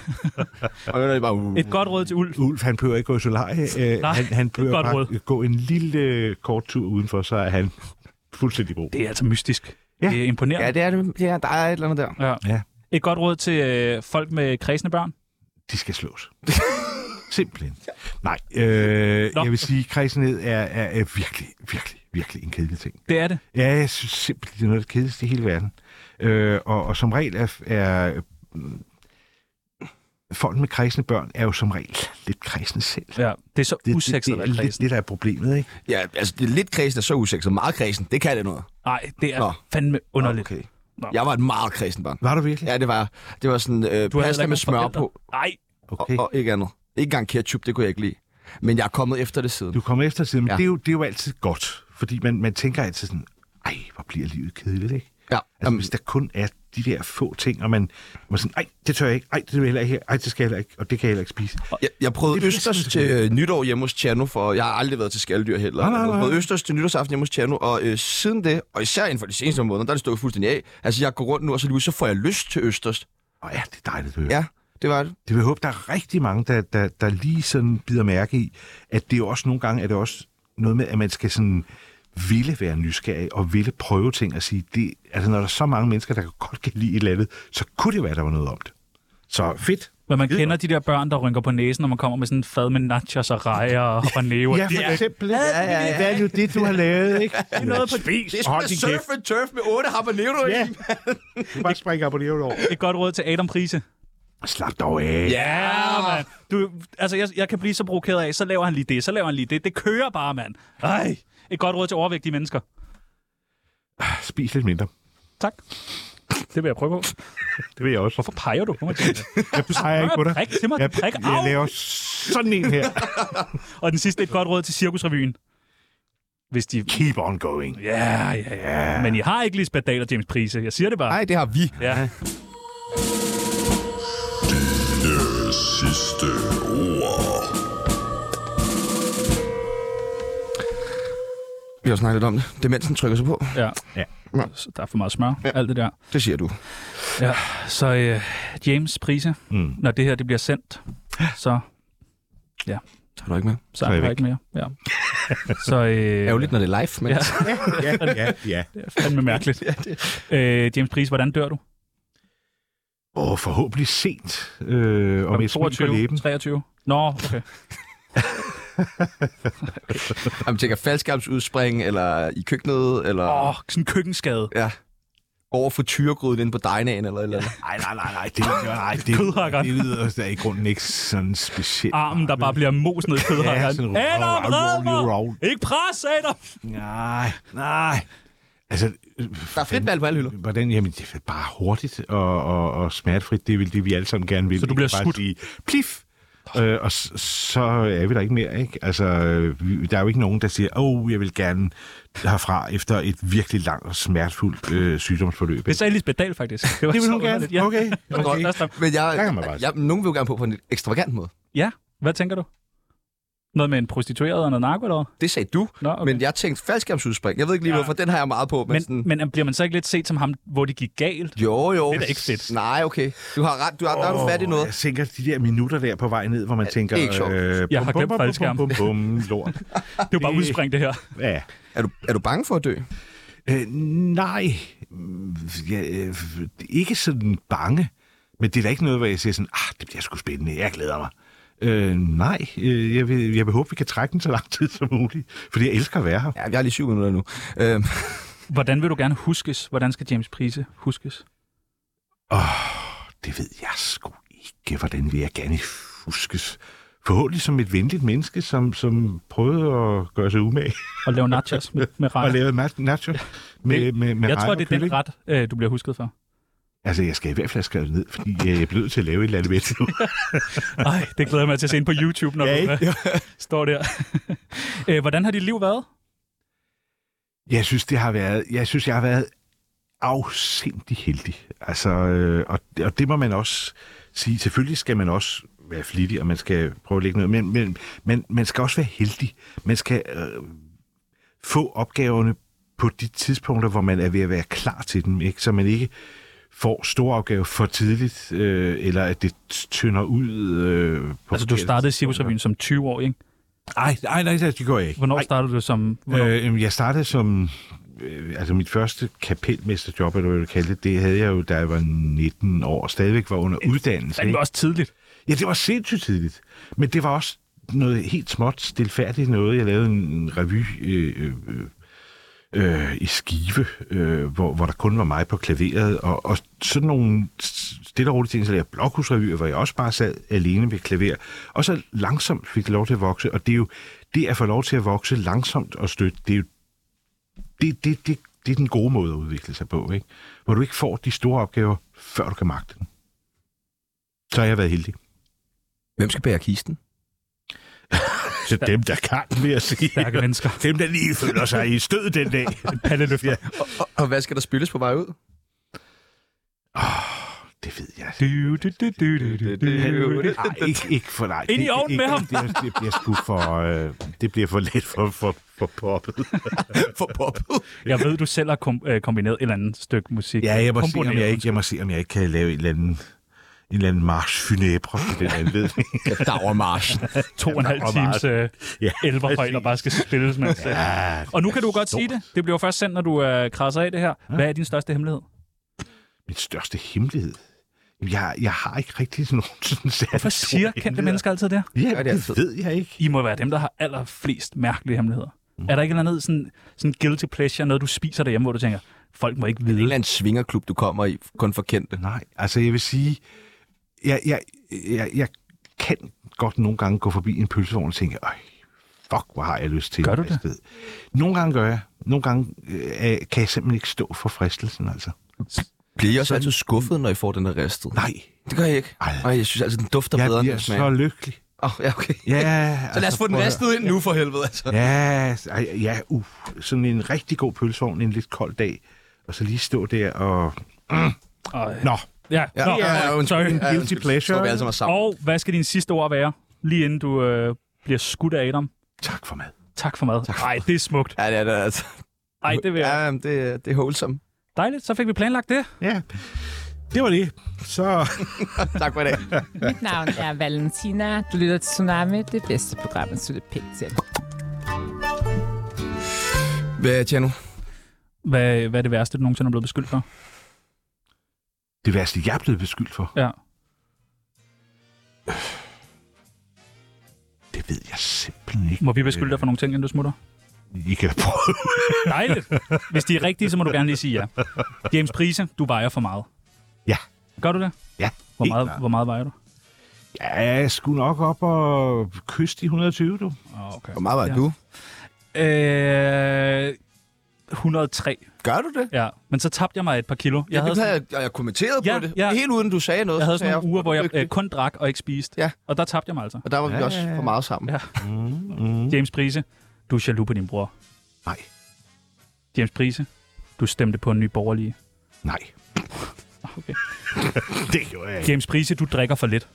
og det er bare... Uh,
et godt råd til Ulf.
Ulf, han behøver ikke gå i solarie. Øh,
Nej,
han, han
det er
behøver
godt
bare
råd.
gå en lille øh, kort tur udenfor, så er han fuldstændig god.
Det er altså mystisk.
Ja.
Det er imponerende.
Ja, det er det. det er, der er et eller andet der.
Ja.
Ja.
Et godt råd til øh, folk med kredsende børn.
De skal slås. Simpelthen. Nej, øh, jeg vil sige, at kredsenhed er, er, er virkelig, virkelig, virkelig en kedelig ting.
Det er det.
Ja, jeg synes simpelthen, det er noget af det kedeligste i hele verden. Øh, og, og som regel er, er mm, folk med kredsende børn er jo som regel lidt kredsende selv.
Ja, det er så usekset
det,
at være
det, det, er lidt
kredsen.
det, der er problemet, ikke?
Ja, altså det er lidt kredsen er så usekset. Meget kredsen, det kan det noget.
Nej, det er
Nå.
fandme underligt.
Okay.
Nå.
Jeg var et meget kredsen barn.
Var du virkelig?
Ja, det var jeg. Det var sådan øh,
Du har
pasta
heller ikke
med
nogen
smør
forældre.
på.
Nej.
Okay. Og, og, ikke andet. Ikke engang ketchup, det kunne jeg ikke lide. Men jeg er kommet efter det siden.
Du kommer efter tiden, men
Ja.
ja. det, er jo, det er jo altid godt, fordi man, man tænker altid sådan, ej, hvor bliver livet kedeligt, ikke?
Ja.
Altså, hvis der kun er de der få ting, og man, man sådan, ej, det tør jeg ikke, ej, det vil jeg heller ikke her, ej, det skal jeg heller ikke, og det kan jeg heller ikke spise.
Jeg, jeg prøvede
Det er
Østers
pisse-
til øh, nytår hjemme hos Tjerno, for jeg har aldrig været til skaldyr heller.
Nej, nej,
Jeg
nej.
prøvede Østers til nytårsaften hjemme hos Tjerno, og øh, siden det, og især inden for de seneste måneder, der er det stået fuldstændig af. Altså, jeg går rundt nu, og så, lige, så får jeg lyst til Østers.
Og ja, det er dejligt at høre.
Ja, det var det.
Det vil jeg håbe, der er rigtig mange, der, der, der lige sådan bider mærke i, at det er jo også nogle gange, at det også noget med, at man skal sådan ville være nysgerrig og ville prøve ting og sige, det, altså når der er så mange mennesker, der godt kan lide et eller andet, så kunne det være, der var noget om det. Så fedt.
Men man kender de der børn, der rynker på næsen, når man kommer med sådan en fad med nachos og rejer og habanero.
Ja, for eksempel. Ja, ja, ja. Hvad er det jo det, du har lavet, ikke? Det er
noget på
Spis,
Det er sådan en surf and turf med otte habanero
Ja.
i.
Du bare springer på det over.
Et godt råd til Adam Prise.
Slap dog af.
Ja, mand. Du, altså, jeg, jeg kan blive så provokeret af, så laver han lige det, så laver han lige det. Det kører bare, mand. Ej, et godt råd til overvægtige mennesker.
Spis lidt mindre.
Tak. Det vil jeg prøve på.
Det vil jeg også.
Hvorfor peger du på mig?
Jeg peger ikke på dig.
Prik til mig.
Jeg,
Prik.
jeg
Au.
laver sådan en her.
Og den sidste, et godt råd til Cirkusrevyen. Hvis de...
Keep on going.
Ja, ja, ja. Men I har ikke Lisbeth Dahl og James Prise. Jeg siger det bare.
Nej, det har vi.
Ja.
Det sidste ord.
Vi har snakket lidt om det. Demensen trykker sig på.
Ja.
ja.
Så der er for meget smør. Ja. Alt det der.
Det siger du.
Ja. Så øh, James Prise,
Mm.
mm. når det her det bliver sendt, så... Ja.
Så er du ikke med.
Så er der ikke mere. Ja. Så, øh,
Ærgerligt, når det er live, men...
Ja.
ja, ja, ja.
Det er fandme mærkeligt. øh, James Prise, hvordan dør du?
Og forhåbentlig sent. Øh, og med et smil på læben.
23? Nå, okay.
Jamen, tænker faldskærmsudspring, eller i køkkenet, eller...
Ah.
Åh, oh, sådan en køkkenskade.
Ja. Over for tyregryden inde på dejnaen, eller et eller andet.
Nej, nej, nej, nej. Det, nej, det, det, det lyder da i grunden ikke sådan specielt.
Armen, der bare bliver mos ned i
Ja,
Ah, kødhakkeren.
sådan
Ja, Adam,
roll,
red
roll,
mig!
roll.
Ikke pres, Adam!
Nej, nej. Altså, der
er frit valg på alle hylder.
Hvordan? Jamen, det er bare hurtigt og, og, og smertefrit. Det er vel det, vi alle sammen gerne vil.
Så du bliver
Ikke bare
skudt?
Sige, plif! Øh, og s- så er vi der ikke mere, ikke? Altså, øh, vi- der er jo ikke nogen, der siger, åh, oh, jeg vil gerne herfra efter et virkelig langt og smertefuldt øh, sygdomsforløb.
Det sagde Lisbeth Dahl, faktisk.
Det vil
så
hun gerne.
underligt. Ja.
Okay,
Det var
okay.
første gang.
Men jeg,
Der kan man bare
jeg, nogen vil jo gerne på på en ekstravagant måde.
Ja, hvad tænker du? Noget med en prostitueret og noget narko, eller hvad?
Det sagde du,
Nå, okay.
men jeg tænkte faldskærmsudspring. Jeg ved ikke lige,
Ja.
hvorfor den har jeg meget på. Men,
Men,
sådan,
men bliver man så ikke lidt set som ham, hvor det gik galt?
jo, jo.
Det er da ikke fedt.
Nej, okay. Du har ret. Du har, oh, der er du fat i noget.
Jeg tænker, de der minutter der på vej ned, hvor man tænker... øh,
ikke sjovt.
Jeg har glemt faldskærm.
bum, bum, bum, lort.
Det er jo bare
Det-
udspring, det her.
Ja.
Er du, er du bange for at dø?
Øh, nej, Mm, ja, øh, ikke sådan bange, men det er da ikke noget, hvor jeg siger sådan, ah, det bliver sgu spændende, jeg glæder mig. Øh, nej, øh, jeg, vil, jeg vil håbe, vi kan trække den så lang tid som muligt, fordi jeg elsker at være her.
Ja, vi har lige syv minutter nu. Øhm,
Hvordan vil du gerne huskes? Hvordan skal James Prise huskes?
Det ved jeg sgu ikke, hvordan vil jeg gerne huskes. Forhåbentlig som et venligt menneske, som, som prøvede at gøre sig umage
Og lave nachos med, med rejer?
og lave mat- nacho med, med, med
jeg
rejer
tror,
og
det er den
kylling.
ret, øh, du bliver husket for.
Altså, jeg skal i hvert fald skrive det ned, fordi øh, jeg bliver nødt til at lave et eller andet med det nu.
Ej, det glæder jeg mig til at se ind på YouTube, når
Ja,
du øh, står der. øh, hvordan har dit liv været?
Jeg synes, det har været, jeg synes, jeg har været afsindig heldig. Altså, øh, og, og det må man også sige. Selvfølgelig skal man også være flittig, og man skal prøve at lægge noget, men, men, men man skal også være heldig. Man skal øh, få opgaverne på de tidspunkter, hvor man er ved at være klar til dem, ikke? så man ikke får store opgaver for tidligt, øh, eller at det tynder ud. Øh, på
Altså, du
forkerte
startede
tidspunkter.
i Cirkusrevyen som 20-årig, ikke?
Nej, nej, nej, det gjorde jeg ikke.
Hvornår startede du som... Hvornår? Øh,
Øh, jamen, jeg startede som... Øh, altså mit første kapelmesterjob, eller hvad du kalde det, det havde jeg jo, da jeg var 19 år, og stadigvæk var under uddannelse.
det var også tidligt.
Ja, det var sindssygt tidligt. Men det var også noget helt småt, stilfærdigt noget. Jeg lavede en revy øh, øh, øh, i Skive, øh, hvor, hvor der kun var mig på klaveret, og, og sådan nogle stille og rolige ting, så lavede jeg blokhusrevyer, hvor jeg også bare sad alene ved klaver, og så langsomt fik jeg lov til at vokse, og det er jo det at få lov til at vokse langsomt og støtte, det er jo det, det, det, det er den gode måde at udvikle sig på, ikke? hvor du ikke får de store opgaver, før du kan magte dem. Så har jeg været heldig.
Hvem skal bære kisten?
Så dem, der kan, vil jeg sige.
Stærke mennesker.
Dem, der lige føler sig i stød den dag.
Pandeløfter.
Og, og, og hvad skal der spilles på vej ud?
Det ved jeg
Du, du, du, du, du, du, du, du.
Nej, ikke, ikke for dig.
Ind i ovnen med ham!
Det, det bliver sgu for... Øh, det bliver for lidt for, for, for poppet.
For poppet.
Jeg ved, du selv har kom, øh, kombineret et eller andet stykke musik.
Ja, jeg må, se, om
Komponeret.
jeg, ikke, jeg må se, om jeg ikke kan lave et eller andet... en eller anden march funèbre i den anledning.
Dagermarchen.
To og en halv times øh,
Ja,
elverhøj, der bare skal spilles. Mens,
Ja,
og nu kan du godt sige det. Det bliver jo først sendt, når du øh, krasser af det her. Hvad er din største hemmelighed?
Min største hemmelighed? Jeg, jeg har ikke rigtig sådan nogen sådan særlig
Hvorfor
store
siger kendte
hemmeligheder.
mennesker altid det?
Ja, det ved jeg ikke.
I må være dem, der har allerflest mærkelige hemmeligheder. Mm. Er der ikke noget andet sådan, sådan guilty pleasure, noget du spiser derhjemme, hvor du tænker, folk må ikke vide? Er det en
eller anden svingerklub, du kommer i, kun for kendte?
Nej, altså jeg vil sige, jeg, jeg, jeg, jeg kan godt nogle gange gå forbi en pølsevogn og tænke, Øj, fuck, hvor har jeg lyst til
Gør du
et sted." Nogle gange gør jeg. Nogle gange øh, kan jeg simpelthen ikke stå for fristelsen, altså.
Bliver I også altid skuffet, når I får den her ristet?
Nej.
Det gør jeg ikke. Ej, jeg synes altså, den dufter
jeg
bedre, end
bliver
den smager.
så lykkelig.
Åh, oh, ja, okay.
Ja,
så lad os
altså,
få den
prøv at
ristet
høre.
ind nu for helvede, altså.
Ja, ej, ja uh, sådan en rigtig god pølsevogn en lidt kold dag, og så lige stå der og... Mm.
Ej.
Nå,
Ja,
Ja,
nå,
ja, ja, undskyld.
sorry.
Ja, Guilty undskyld. pleasure. Så er vi alle sammen sammen.
Og hvad skal dine sidste ord være, lige inden du øh, bliver skudt af Adam?
Tak for mad.
Tak for mad. Nej, det er smukt.
Ja, det er det altså.
Ej, det vil jeg.
Ja, det, det er wholesome.
Dejligt, så fik vi planlagt det.
Ja, det var det. Så...
tak for i dag.
Mit navn er Valentina. Du lytter til Tsunami, det bedste program, man synes pænt til.
Hvad, Tjano?
Hvad, hvad er det værste, du nogensinde er blevet beskyldt for?
Det værste, jeg er blevet beskyldt for.
Ja.
Det ved jeg simpelthen ikke.
Må vi beskylde dig for nogle ting, inden du smutter?
I kan da prøve.
Dejligt. Hvis de er rigtige, så må du gerne lige sige ja. James Prise, du vejer for meget.
Ja.
Gør du det?
Ja,
Hvor
helt
meget,
klart.
hvor meget vejer du?
Ja, jeg skulle nok op og kysse de 120, du.
Ah, Okay.
Hvor meget var
Ja.
du?
Øh, 103.
Gør du det?
Ja, men så tabte jeg mig et par kilo.
Jeg, jeg,
sådan-
jeg, jeg, jeg kommenterede
Ja,
på det,
ja.
helt uden du sagde noget.
jeg havde
så
sådan nogle
sagde
uger, hvor jeg
"Hvor
øh,
dygtig."
kun drak og ikke spiste.
Ja.
Og der tabte jeg mig altså.
Og der var vi
Ja,
også
ja, ja.
for meget sammen.
Ja.
Mhm.
Mm.
James Prise, du er jaloux på din bror.
Nej.
James Prise, du stemte på en ny borgerlige.
Nej.
Okay.
det gjorde jeg ikke.
James Prise, du drikker for lidt.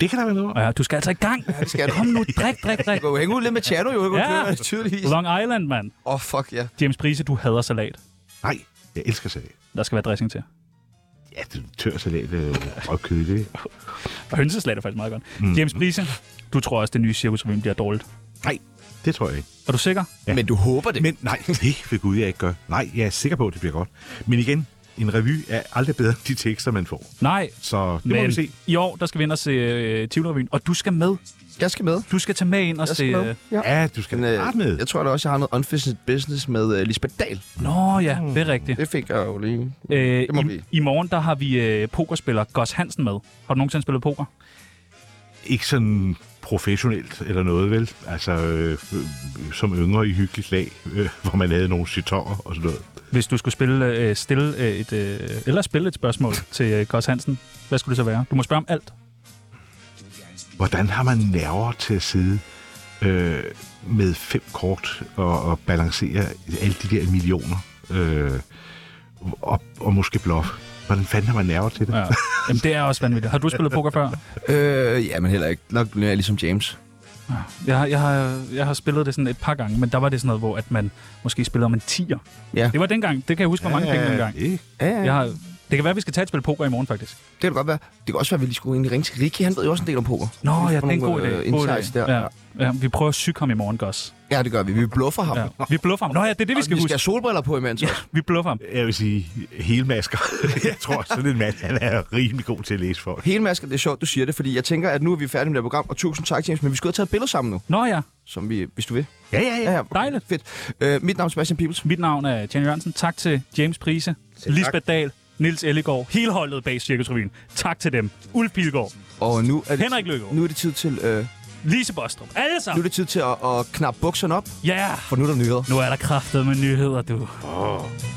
Det kan der være noget.
Ja, du skal altså i gang. Ja,
det skal du.
Kom nu, drik, drik, drik.
Du kan jo hænge ud lidt med Tjano, jo.
Ja.
Ja. Tydeligvis.
Long Island, mand.
Åh, oh, fuck ja.
James Prise, du hader salat.
Nej, jeg elsker salat.
Der skal være dressing til.
Ja, det er tør salat øh, og kød, det.
Og hønsesalat er faktisk meget godt.
Mhm.
Mm.
James Prise, du tror også, det nye cirkusrevyen bliver dårligt.
Nej, det tror jeg ikke.
Er du sikker?
Ja.
Men du håber det.
Men nej, det vil Gud, jeg ikke gør. Nej, jeg er sikker på, at det bliver godt. Men igen, en revy er aldrig bedre end de tekster, man får.
Nej,
Så det må
men
vi se.
i år, der skal vi ind og se øh, Tivoli og du skal med.
Jeg skal med.
Du skal tage med ind og
Jeg skal
se...
med.
Øh,
Ja, du skal
Men,
starte med.
øh, jeg tror da også, jeg har noget unfinished business med øh, Lisbeth Dahl.
Nå ja, det er rigtigt.
Mm. Det fik jeg jo lige.
Øh,
Det må
i,
vi.
I morgen, der har vi øh, pokerspiller Gos Hansen med. Har du nogensinde spillet poker?
Ikke sådan professionelt eller noget, vel? Altså, øh, øh, som yngre i hyggeligt lag, øh, hvor man havde nogle sitorer og sådan noget.
Hvis du skulle spille, øh, stille øh, et, øh, eller spille et spørgsmål til øh, Gos Hansen, hvad skulle det så være? Du må spørge om alt.
Hvordan har man nerver til at sidde øh, med fem kort og, og balancere alle de der millioner øh, og, og måske bluffe? Hvordan fanden har man nerver til det?
Ja. Jamen, det er også vanvittigt. Har du spillet poker før?
Øh, ja, men heller ikke. Nok nu er jeg ligesom James.
Jeg har, jeg, har, jeg har spillet det sådan et par gange, men der var det sådan noget, hvor at man måske spillede om en 10'er.
Ja.
Det var dengang. Det kan jeg huske, hvor mange
Ja,
penge dengang.
det-
Ja,
Jeg har, det kan være, at vi skal tage et spil poker i morgen, faktisk.
Det kan da godt være. Det kan også være, at vi lige skulle egentlig ringe til Ricky. Han ved jo også en del om poker.
Nå,
Vi
ja,
får
det er en god
nogle,
idé.
øh,
God
Insights
idé.
der.
Ja. ja. vi prøver at syge ham i morgen, Gos.
ja, det gør vi. Vi bluffer ham.
Ja. Vi bluffer ham. Nå ja, det er det, vi
Og
skal
vi skal
huske.
have solbriller på imens også.
Vi bluffer ham.
Jeg vil sige, hele masker. Jeg tror, sådan en mand, han er rimelig god til at læse folk.
Hele masker, det er sjovt, du siger det, fordi jeg tænker, at nu er vi færdige med det her program, og tusind tak, James, men vi skal ud og tage et billede sammen nu,
Nå ja,
som vi, hvis du vil.
Ja, ja, ja.
dejligt.
Fedt. Øh, mit navn er Sebastian Pibels.
Mit navn er Jenny Jørgensen. Tak til James Prise, Lisbeth Dahl, Nils Ellegaard, hele holdet bag Cirkusrevyen. Tak til dem. Ulf Pilgaard,
Og nu er det,
Henrik Løkkegaard,
nu er det tid til, øh,
Lise Bostrup. Alle
nu er
sammen.
det tid til at, at knappe bukserne op,
Ja, yeah.
for nu er der nyheder.
nu er der kraftet med nyheder, du.
Åh,